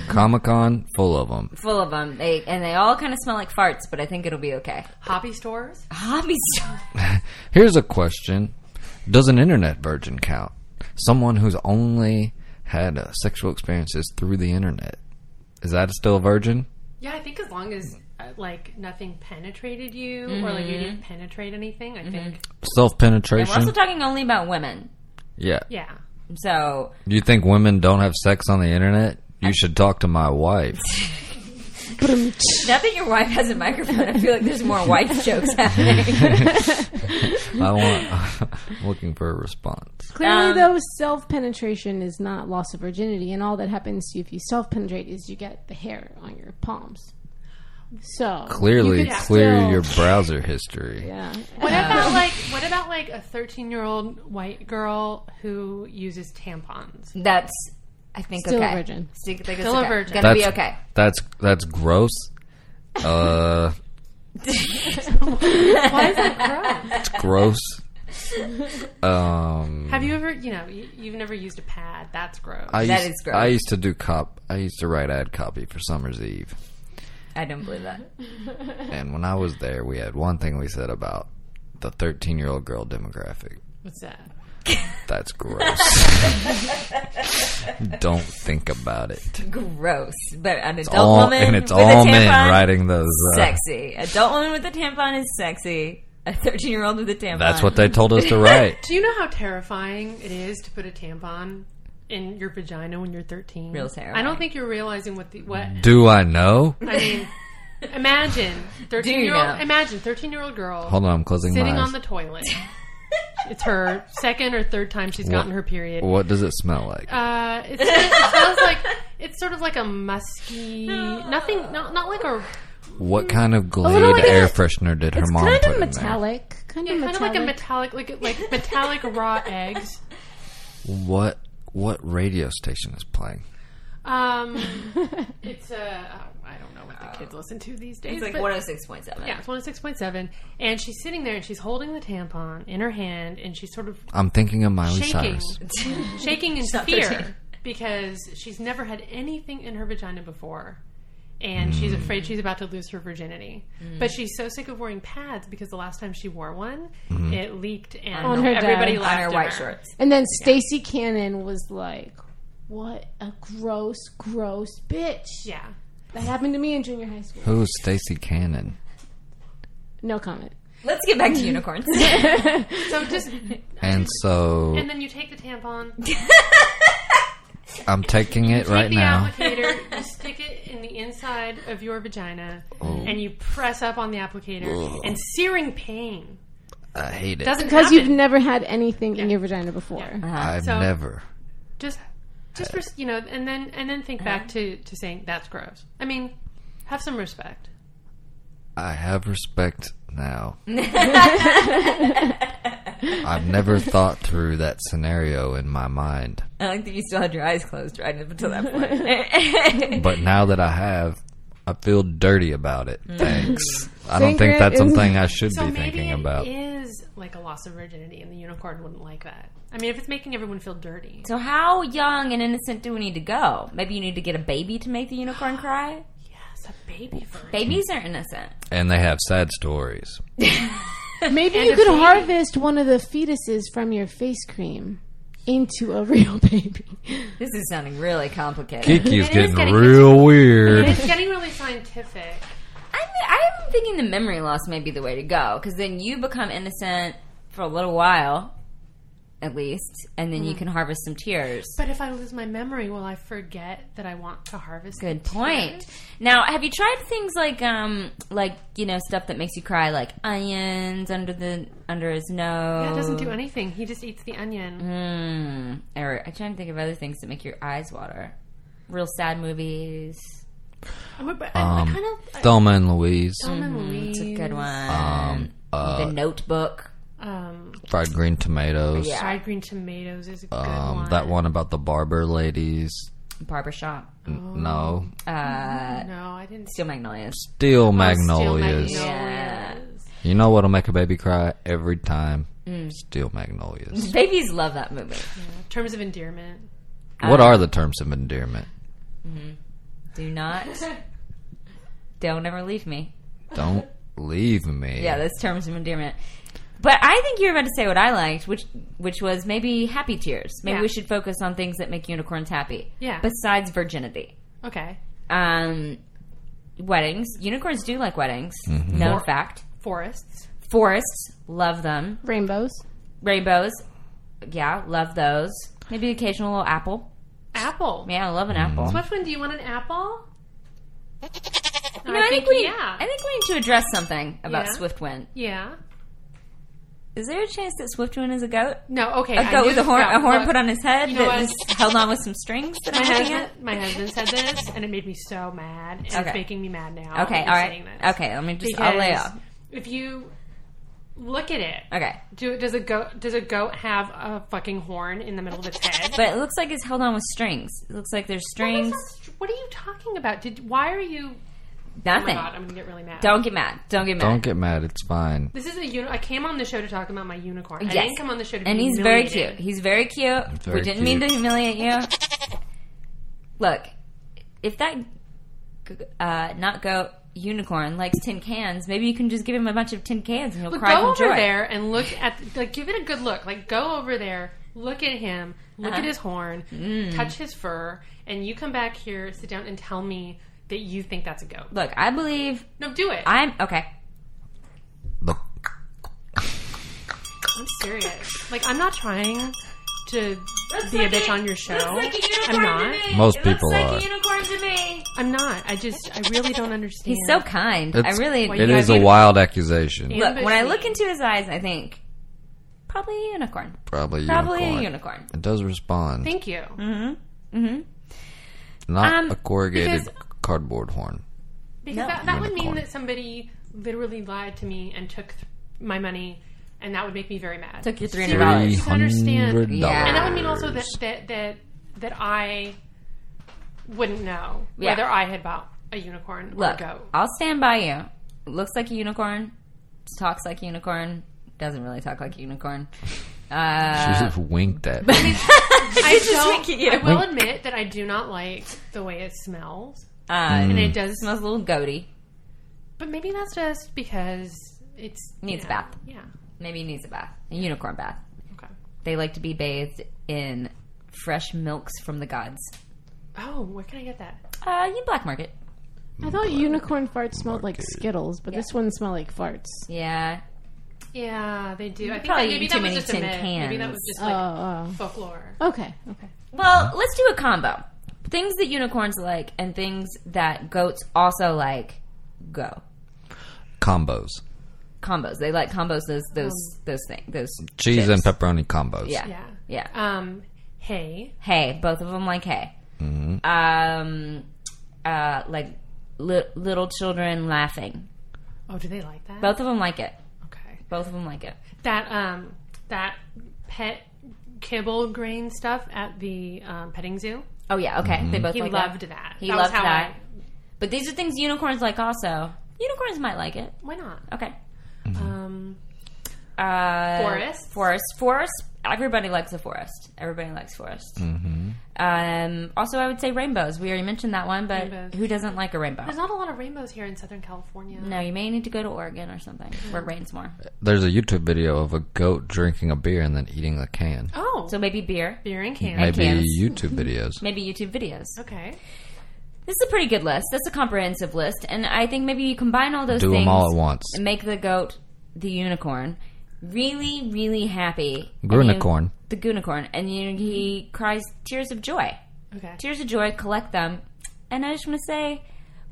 S2: Comic Con, full of them.
S5: full of them, they, and they all kind of smell like farts. But I think it'll be okay.
S4: Hobby stores.
S5: Hobby store.
S2: Here's a question: Does an internet virgin count? Someone who's only had uh, sexual experiences through the internet is that still a virgin?
S4: Yeah, I think as long as uh, like nothing penetrated you or like you didn't penetrate anything, I think.
S2: Self
S5: We're also
S2: penetration?
S5: talking only about women.
S2: yeah.
S4: Yeah.
S5: So
S2: You think women don't have sex on the internet? You should talk to my wife.
S5: now that your wife has a microphone, I feel like there's more wife jokes happening.
S2: I want I'm looking for a response.
S3: Clearly,
S5: Um,
S3: though, self penetration is not loss of virginity, and all that happens to you if you self penetrate is you get the hair on your palms. So
S2: Clearly,
S3: you could
S2: clear
S3: still-
S2: your browser history.
S3: Yeah.
S4: What about like what about like a thirteen-year-old white girl who uses tampons?
S5: That's I think
S3: Still
S5: okay.
S3: a virgin.
S5: Still, I think it's
S4: Still a
S5: okay.
S4: virgin.
S5: Gonna
S2: That's
S5: be okay.
S2: That's that's gross. Uh,
S4: Why is that gross?
S2: it's gross. Um,
S4: Have you ever, you know, you, you've never used a pad? That's gross.
S2: I
S5: That
S2: used,
S5: is gross.
S2: I used to do cop. I used to write ad copy for Summer's Eve,
S5: I don't believe that.
S2: and when I was there, we had one thing we said about the thirteen-year-old girl demographic.
S4: What's that?
S2: That's gross. Don't think about it.
S5: Gross. But an adult
S2: All,
S5: woman
S2: and it's
S5: with
S2: all
S5: a tampon,
S2: men writing those. uh,
S5: Sexy. Adult woman with a tampon is sexy. A thirteen-year-old with a tampon.
S2: That's what they told us to write.
S4: Do you know how terrifying it is to put a tampon in your vagina when you're 13?
S5: Real
S4: I
S5: terrifying.
S4: don't think you're realizing what the what
S2: Do I know?
S4: I mean. Imagine 13 year
S5: now?
S4: old imagine 13 year old girl
S2: Hold on, I'm closing
S4: sitting
S2: my eyes.
S4: on the toilet. it's her second or third time she's gotten her period.
S2: What does it smell like?
S4: Uh, it's, it smells like it's sort of like a musky, nothing, not not like a
S2: What kind of Glade
S3: like
S2: air
S3: a-
S2: freshener did her
S3: It's
S2: mom
S3: kind
S2: put
S3: of
S2: in
S3: metallic. Kind of
S4: kind of
S3: metallic.
S4: like a metallic, like like metallic raw eggs.
S2: there? What what radio station is playing?
S4: Um, it's a I don't know what the kids listen to these
S5: It's
S4: days.
S5: like
S4: but-
S5: 106.7.
S4: Yeah, it's 106.7. And she's sitting there and she's holding the tampon in her hand and she's sort of
S2: I'm thinking of
S4: Oh,
S2: Miley
S4: shaking,
S2: Cyrus.
S4: shaking in
S5: not
S4: fear
S5: 13.
S4: because she's never had anything in her vagina before. And she's
S2: Mm.
S4: afraid she's about to lose her virginity. But she's so sick of wearing pads because the last time she wore one,
S2: Mm-hmm.
S4: it leaked and
S3: On her
S4: everybody
S3: dad.
S4: laughed
S5: on her
S4: at
S5: white shorts.
S3: And then Stacy Cannon was like, "What a gross, gross bitch."
S4: Yeah.
S3: That happened to me in junior high school.
S2: Who's Stacy Cannon?
S3: No comment.
S5: Let's get back to unicorns.
S4: So just
S2: And so
S4: and then you take the tampon, you
S2: I'm taking it right
S4: take the
S2: now.
S4: applicator, you stick it in the inside of your vagina,
S2: Oh.
S4: and you press up on the applicator, and searing pain
S2: I hate it.
S4: doesn't
S3: Because you've
S4: happen.
S3: never had anything in your vagina before.
S2: I've
S4: so-
S2: never.
S4: just just res- you know and then and then think back to to saying that's gross i mean have some respect
S2: I have respect now. I've never thought through that scenario in my mind.
S5: I like that you still had your eyes closed right up until that point.
S2: But now that I have, I feel dirty about it. Thanks. I don't think
S3: Secret
S2: that's
S3: is-
S2: something I should
S4: Mm. so
S2: be
S4: maybe
S2: thinking
S4: it is
S2: about.
S4: like a loss of virginity and the unicorn wouldn't like that i mean if it's making everyone feel dirty
S5: so how young and innocent do we need to go? Maybe you need to get a baby to make the unicorn cry?
S4: yes a baby virgin
S5: Babies are innocent.
S2: And they have sad stories.
S3: Uh-huh. Maybe you could harvest one of the fetuses from your face cream into a real baby.
S5: This is sounding really complicated.
S2: Kiki's
S4: It is
S2: getting,
S4: getting-
S2: real weird.
S4: it's getting really scientific
S5: I'm, I'm thinking the memory loss may be the way to go because then you become innocent for a little while, at least, and then you can harvest some tears.
S4: but if i lose my memory will i forget that i want to harvest
S5: Good
S4: the
S5: point.
S4: tears?
S5: Now, have you tried things like um like you know stuff that makes you cry, like onions under the under his nose?
S4: that doesn't do anything he just eats the onion
S5: Mm. Or I'm trying to think of other things that make your eyes water. Real sad movies.
S4: I, but I,
S2: Um,
S4: I kind of I,
S2: Thelma and Louise,
S4: Thelma and Louise,
S5: It's a good one.
S2: um,
S5: the
S2: uh,
S5: Notebook.
S4: um,
S2: fried green tomatoes,
S5: Yeah.
S4: fried green tomatoes is a good
S2: um,
S4: one.
S2: that one about the barber ladies.
S5: Barbershop.
S4: Oh.
S2: N- No,
S5: Uh,
S4: No, I didn't see
S5: Steel Magnolias.
S2: Steel
S4: Magnolias.
S2: Magnolias.
S4: Magnolias.
S2: You know what'll make a baby cry every time?
S4: Mm.
S2: Steel Magnolias.
S5: Babies love that movie.
S4: Terms of endearment. Mm. Uh.
S2: what are the terms of endearment?
S5: Do not. don't ever leave me.
S2: Don't leave me.
S5: Yeah, that's terms of endearment. But I think you were about to say what I liked, which which was maybe happy tears. Maybe
S4: Yeah.
S5: we should focus on things that make unicorns happy.
S4: Yeah.
S5: Besides virginity,
S4: Okay.
S5: um, weddings. Unicorns do like weddings.
S4: Mm-hmm.
S5: Known fact.
S4: Forests.
S5: Forests love them.
S3: Rainbows.
S5: Rainbows, yeah, love those. Maybe occasional little apple.
S4: Apple.
S5: Yeah, I love an apple.
S4: Which one do you want an apple?
S5: You know, I think we
S4: yeah.
S5: I think we need to address something about
S4: Yeah.
S5: Swiftwind.
S4: yeah.
S5: Is there a chance that Swiftwind is a goat?
S4: No, okay.
S5: A
S4: I
S5: goat
S4: knew
S5: with a
S4: this
S5: horn,
S4: about-
S5: a horn
S4: look,
S5: put on his head
S4: you know
S5: that
S4: what?
S5: was held on with some strings that
S4: My
S5: I'm looking
S4: husband,
S5: at.
S4: my husband said this, and it made me so mad. And
S5: Okay.
S4: It's making me mad now.
S5: Okay, all
S4: I'm
S5: right.
S4: saying this.
S5: Okay, let me just.
S4: Because
S5: I'll lay off.
S4: If you look at it,
S5: Okay,
S4: do, does a goat does a goat have a fucking horn in the middle of its head?
S5: but it looks like it's held on with strings. It looks like there's
S4: What is
S5: strings.
S4: that- What are you talking about? Did why are you? Oh my
S5: Nothing.
S4: god, I'm gonna get really mad.
S5: Don't get mad. Don't get mad.
S2: Don't get mad. It's fine.
S4: This is a uni- I came on the show to talk about my unicorn. I
S5: Yes.
S4: didn't come on the show to be
S5: and he's very cute.
S4: humiliated.
S5: He's very cute.
S2: very
S5: we didn't mean to
S2: cute.
S5: humiliate you. Look, if that g- uh, not goat unicorn likes tin cans, maybe you can just give him a bunch of tin cans and he'll
S4: But
S5: cry
S4: go
S5: from
S4: over
S5: joy.
S4: there and look at like give it a good look. Like go over there, look at him, look
S5: Uh-huh.
S4: at his horn,
S5: Mm.
S4: touch his fur, and you come back here, sit down, and tell me that you think that's a goat.
S5: Look, I believe
S4: No, do it.
S5: I'm okay.
S2: The
S4: I'm serious. Like I'm not trying to be a bitch on your show. I'm not.
S2: Most It looks people like a are.
S5: unicorn to me.
S4: I'm not. I just I really don't understand.
S5: He's so kind. I
S2: It's-
S5: really
S2: it is a wild accusation.
S5: look when I
S4: ambush
S5: look into his eyes. I think probably a unicorn.
S2: Probably,
S5: Probably
S2: unicorn.
S5: a unicorn.
S2: It does respond.
S4: Thank you.
S2: Not
S5: Um,
S2: a corrugated
S4: because-
S2: cardboard horn.
S4: Because that, that would mean that somebody literally lied to me and took th- my money, and that would make me very mad.
S5: Took your
S4: So you
S5: $300.
S4: really just understand.
S2: $300.
S5: Yeah.
S4: And that would mean also that that that, that I wouldn't know
S5: Yeah.
S4: whether I had bought a unicorn or a
S5: Look,
S4: goat.
S5: I'll stand by you. Looks like a unicorn, talks like a unicorn, doesn't really talk like a unicorn.
S2: She
S5: Uh,
S2: just winked at me.
S4: I, don't-
S5: wink at you.
S4: I will admit that I do not like the way it smells,
S5: uh,
S4: and it
S2: Hmm.
S4: does.
S5: smells a little goaty.
S4: But maybe that's just because it's
S5: Needs
S4: yeah,
S5: a bath.
S4: Yeah.
S5: Maybe needs a bath. A unicorn bath.
S4: Okay.
S5: They like to be bathed in fresh milks from the gods.
S4: Oh, where can I get that?
S5: Uh, you black market.
S3: I thought unicorn farts smelled like Skittles, but this one smelled like farts.
S5: Yeah.
S4: Yeah, they do. I think
S5: probably
S4: that, maybe
S5: eat too
S4: that was
S5: many
S4: just a
S5: tin
S4: myth. Maybe that
S5: cans.
S4: was just
S3: Oh,
S4: like
S3: oh.
S4: folklore.
S3: Okay, okay.
S5: Well, let's do a combo. Things that unicorns like and things that goats also like. Go
S2: combos.
S5: combos. They like combos. Those those those things. Those
S2: Cheese
S5: chips.
S2: and pepperoni combos.
S5: Yeah.
S4: Yeah.
S5: yeah.
S4: Um. Hey.
S5: Hey, both of them like hey. Um, uh, like li- little children laughing.
S4: Oh, do they like that?
S5: Both of them like it.
S4: Okay.
S5: Both of them like it.
S4: That um that pet kibble grain stuff at the um, petting zoo.
S5: Oh yeah, okay. They both
S4: He
S5: like
S4: loved
S5: that.
S4: that.
S5: He
S4: that
S5: loved
S4: was how
S5: that.
S4: I,
S5: But these are things unicorns like also. Unicorns might like it.
S4: why not?
S5: Okay.
S4: Um.
S5: Uh,
S4: Forests?
S5: Forest. Forest. Everybody likes a forest. Everybody likes forest.
S2: Mm-hmm.
S5: Um, also, I would say rainbows. We already mentioned that one, but
S4: Rainbows.
S5: who doesn't like a rainbow?
S4: There's not a lot of rainbows here in Southern California.
S5: No, you may need to go to Oregon or something where it rains more.
S2: There's a YouTube video of a goat drinking a beer and then eating a can.
S4: Oh,
S5: So maybe beer,
S4: beer and cans.
S2: Maybe
S5: cans.
S2: YouTube videos.
S5: maybe YouTube videos.
S4: Okay.
S5: This is a pretty good list. That's a comprehensive list, and I think maybe you combine all those
S2: Do
S5: things
S2: them all at once.
S5: and make the goat the unicorn really, really happy. And you-
S2: Grunicorn.
S5: the unicorn, and you, he cries tears of joy.
S4: Okay.
S5: Tears of joy. Collect them, and I just want to say,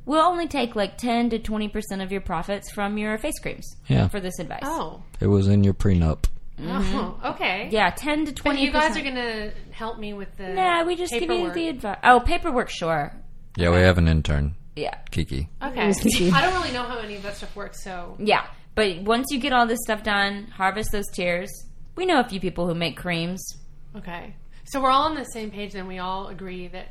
S5: we'll only take like ten to twenty percent of your profits from your face creams.
S2: Yeah.
S5: For this advice.
S4: Oh.
S2: It was in your prenup.
S4: Oh. Okay.
S5: Mm-hmm. Yeah, ten to
S4: But
S5: twenty.
S4: you guys are gonna help me with the.
S5: Nah, we just give you
S4: paperwork.
S5: the advice. Oh, paperwork, sure.
S2: Yeah, we have an intern,
S5: Yeah.
S2: Kiki.
S4: Okay. I don't really know how any of that stuff works, so
S5: Yeah, but once you get all this stuff done, harvest those tears. We know a few people who make creams.
S4: okay. So we're all on the same page, then we all agree that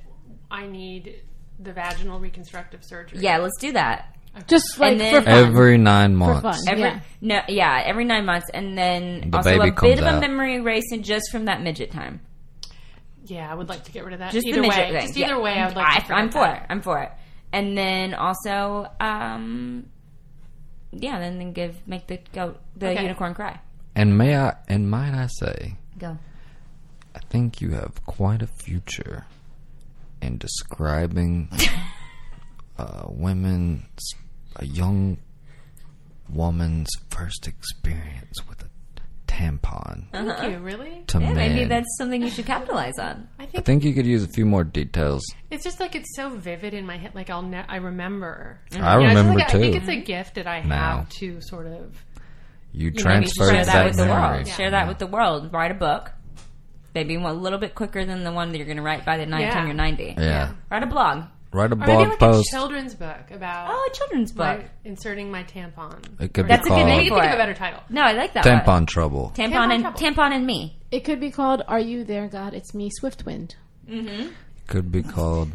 S4: I need the vaginal reconstructive surgery.
S5: Yeah, let's do that.
S3: Just like
S5: then-
S3: for fun.
S2: Every nine
S3: for
S2: months.
S3: fun.
S5: Every
S3: yeah.
S5: no, yeah, every nine months, and then
S2: The
S5: also
S2: baby
S5: a bit
S2: comes
S5: of a
S2: out.
S5: memory erasing just from that midget time.
S4: Yeah, I would like to get rid of that.
S5: Just
S4: either
S5: the midget
S4: way,
S5: thing.
S4: just either
S5: yeah.
S4: way, I would like. to
S5: I, am
S4: forget
S5: for
S4: that.
S5: it. I'm for it. And then also, um, yeah, then then give make the goat the
S4: Okay.
S5: unicorn cry.
S2: And may I and might I say,
S5: Go.
S2: I think you have quite a future in describing uh, women's a young woman's first experience with a tampon
S5: Uh-huh.
S4: Thank you. Really,
S2: to men.
S5: Maybe that's something you should capitalize on.
S4: I
S2: I
S4: think
S2: think you could use a few more details.
S4: it's just like it's so vivid in my head. Like I'll, ne- I remember.
S2: I
S4: You know, it's just
S2: remember
S4: like,
S2: too.
S4: I think it's a gift that I have
S2: Now.
S4: to sort of.
S2: you
S5: Maybe
S2: transferred
S5: share
S2: that,
S5: that with the
S2: memory.
S5: world. Share that with the world. Write a book. Maybe one- a little bit quicker than the one that you're going to write by the night
S4: Yeah.
S5: time you're 90.
S2: Yeah.
S5: Write a blog.
S2: Write a
S4: Or maybe
S2: blog
S4: like
S2: post.
S4: a children's book about
S5: Oh, a children's book.
S4: my- inserting my tampon.
S2: It could
S5: That's a
S2: be
S5: good
S2: called
S5: name
S4: You can think
S5: for
S4: of
S5: it.
S4: a better title.
S5: No, I like that
S2: Tampon
S5: one.
S2: Trouble.
S5: Tampon.
S4: Tampon
S5: and
S4: trouble.
S5: tampon and me.
S3: It could be called "Are You There, God? It's Me, Swiftwind."
S2: could be called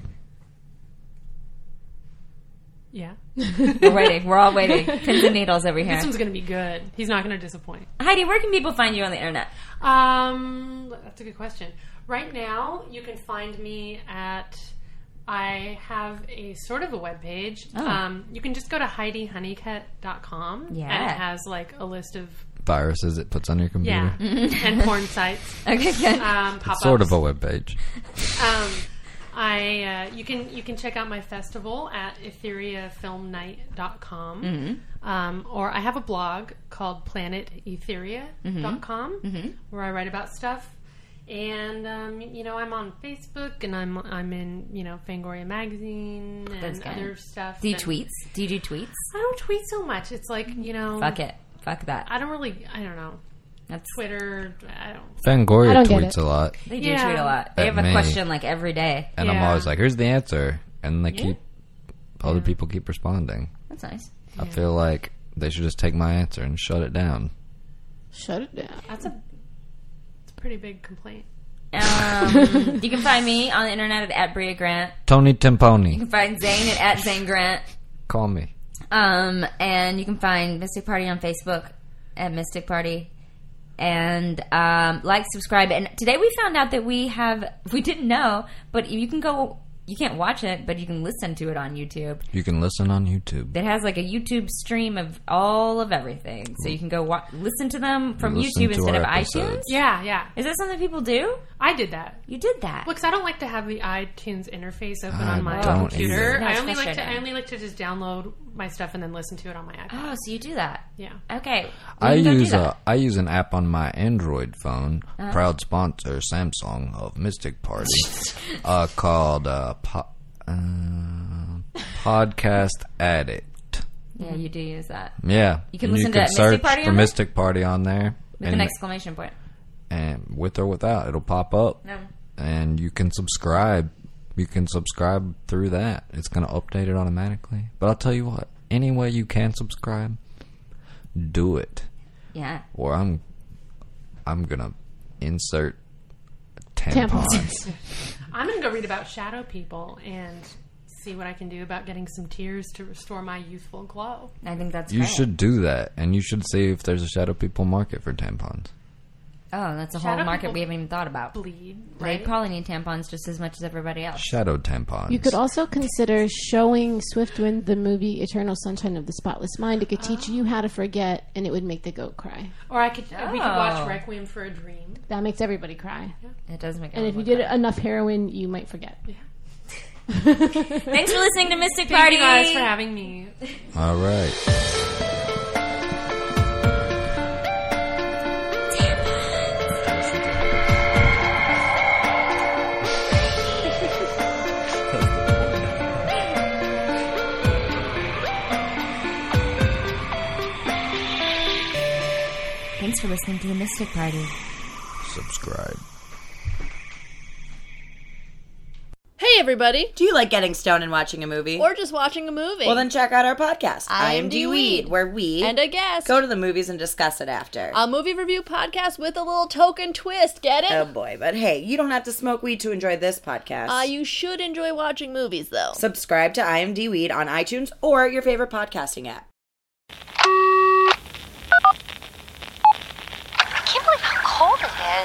S4: Yeah,
S5: We're waiting. We're all waiting. Pins and needles over here.
S4: this one's gonna be good. He's not gonna disappoint.
S5: Heidi, where can people find you on the internet?
S4: Um, that's a good question. Right now, you can find me at. I have a sort of a web page. Um, you can just go to HeidiHoneycut.com. And
S5: Yeah.
S4: it has like a list of,
S2: viruses it puts on your computer.
S4: yeah, and porn sites.
S5: Okay, good.
S4: Um, pop
S2: Sort of a web page.
S4: Um, I uh, you can you can check out my festival at etheriafilmnight.com.
S5: Mm-hmm.
S4: Um, or I have a blog called planetetheria.com
S5: Mm-hmm.
S4: where I write about stuff. And um, you know, I'm on Facebook and I'm I'm in, you know, Fangoria magazine
S5: That's
S4: and
S5: good.
S4: other stuff.
S5: do you
S4: And
S5: tweets? Do you do tweets?
S4: I don't tweet so much. It's like, you know,
S5: Fuck it. Fuck that.
S4: I don't really I don't know.
S5: That's
S4: Twitter, I don't
S3: I
S2: Fangoria
S3: don't get
S2: tweets
S3: it.
S2: a lot,
S5: they do
S4: Yeah.
S5: tweet a lot. They
S2: At
S5: have a
S2: me.
S5: question like every day.
S2: and I'm
S4: Yeah.
S2: always like, "Here's the answer," and they keep Other people keep responding.
S5: That's nice.
S2: I feel like they should just take my answer and shut it down.
S3: Shut it down.
S4: That's a, it's a pretty big complaint.
S5: Um, you can find me on the internet at, at Bria Grant.
S2: Tony Timponi,
S5: You can find Zane at, at Zane Grant.
S2: call me.
S5: Um, and you can find Mystic Party on Facebook at Mystic Party. And um, like, subscribe. And today we found out that we have, we didn't know, but you can go, you can't watch it, but you can listen to it on YouTube.
S2: You can listen on YouTube.
S5: It has like a YouTube stream of all of everything. So you can go wa- listen to them from
S2: Listen
S5: YouTube
S2: to
S5: instead
S2: our
S5: of iTunes.
S2: episodes.
S4: Yeah, yeah.
S5: Is that something people do?
S4: I did that.
S5: You did that.
S4: Because I don't like to have the iTunes interface open
S2: I
S4: on my
S2: don't
S4: computer.
S2: either.
S5: No,
S4: I
S5: it's
S4: only like to I
S5: frustrating.
S4: only like to just download my stuff and then listen to it on my iPad.
S5: Oh, so you do that.
S4: Yeah.
S5: Okay. You
S2: I
S5: can go do
S2: use
S5: that. Uh-huh.
S2: a I use an app on my Android phone, proud sponsor Samsung of Mystic Party, uh, called uh, po- uh, Podcast Addict.
S5: Yeah, you do use that.
S2: Yeah,
S5: You can
S2: And
S5: listen to Mystic
S2: search
S5: Party
S2: for
S5: on there?
S2: Mystic Party on there,
S5: With an
S2: and,
S5: exclamation point.
S2: and with or without, it'll pop up,
S5: No.
S2: and you can subscribe. You can subscribe through that. It's going to update it automatically. But I'll tell you what, any way you can subscribe, do it.
S5: Yeah.
S2: or I'm I'm gonna insert tampons.
S4: I'm gonna go read about shadow people and see what I can do about getting some tears to restore my youthful glow.
S5: I think that's
S2: you
S5: great.
S2: should do that, and you should see if there's a shadow people market for tampons.
S5: Oh, that's a
S4: Shadow
S5: whole market
S4: people-
S5: we haven't even thought about.
S4: Bleed,
S5: They
S4: right?
S5: probably need tampons just as much as everybody else.
S2: Shadow tampons.
S3: You could also consider showing Swiftwind the movie Eternal Sunshine of the Spotless Mind. It could teach you how to forget, and it would make the goat cry.
S4: or I could we could
S5: Oh.
S4: watch Requiem for a Dream.
S3: That makes everybody cry.
S5: It does make.
S3: And if you did enough heroin, you might forget.
S5: thanks for listening to Mystic
S4: Thank
S5: Party.
S4: you guys for having me.
S2: All right.
S5: Thanks for listening to the Mystic Party.
S2: Subscribe.
S10: Hey, everybody!
S7: Do you like getting stoned and watching a movie?
S10: We're just watching a movie.
S7: well, then check out our podcast,
S10: I Am
S7: D
S10: D
S7: Weed,
S10: Weed,
S7: where we
S10: and a guest.
S7: go to the movies and discuss it after.
S10: a movie review podcast with a little token twist. Get it?
S7: oh boy, but hey, you don't have to smoke weed to enjoy this podcast.
S10: Uh, you should enjoy watching movies, though.
S7: Subscribe to IMD Weed on iTunes or your favorite podcasting app.
S8: I can't believe how cold it is.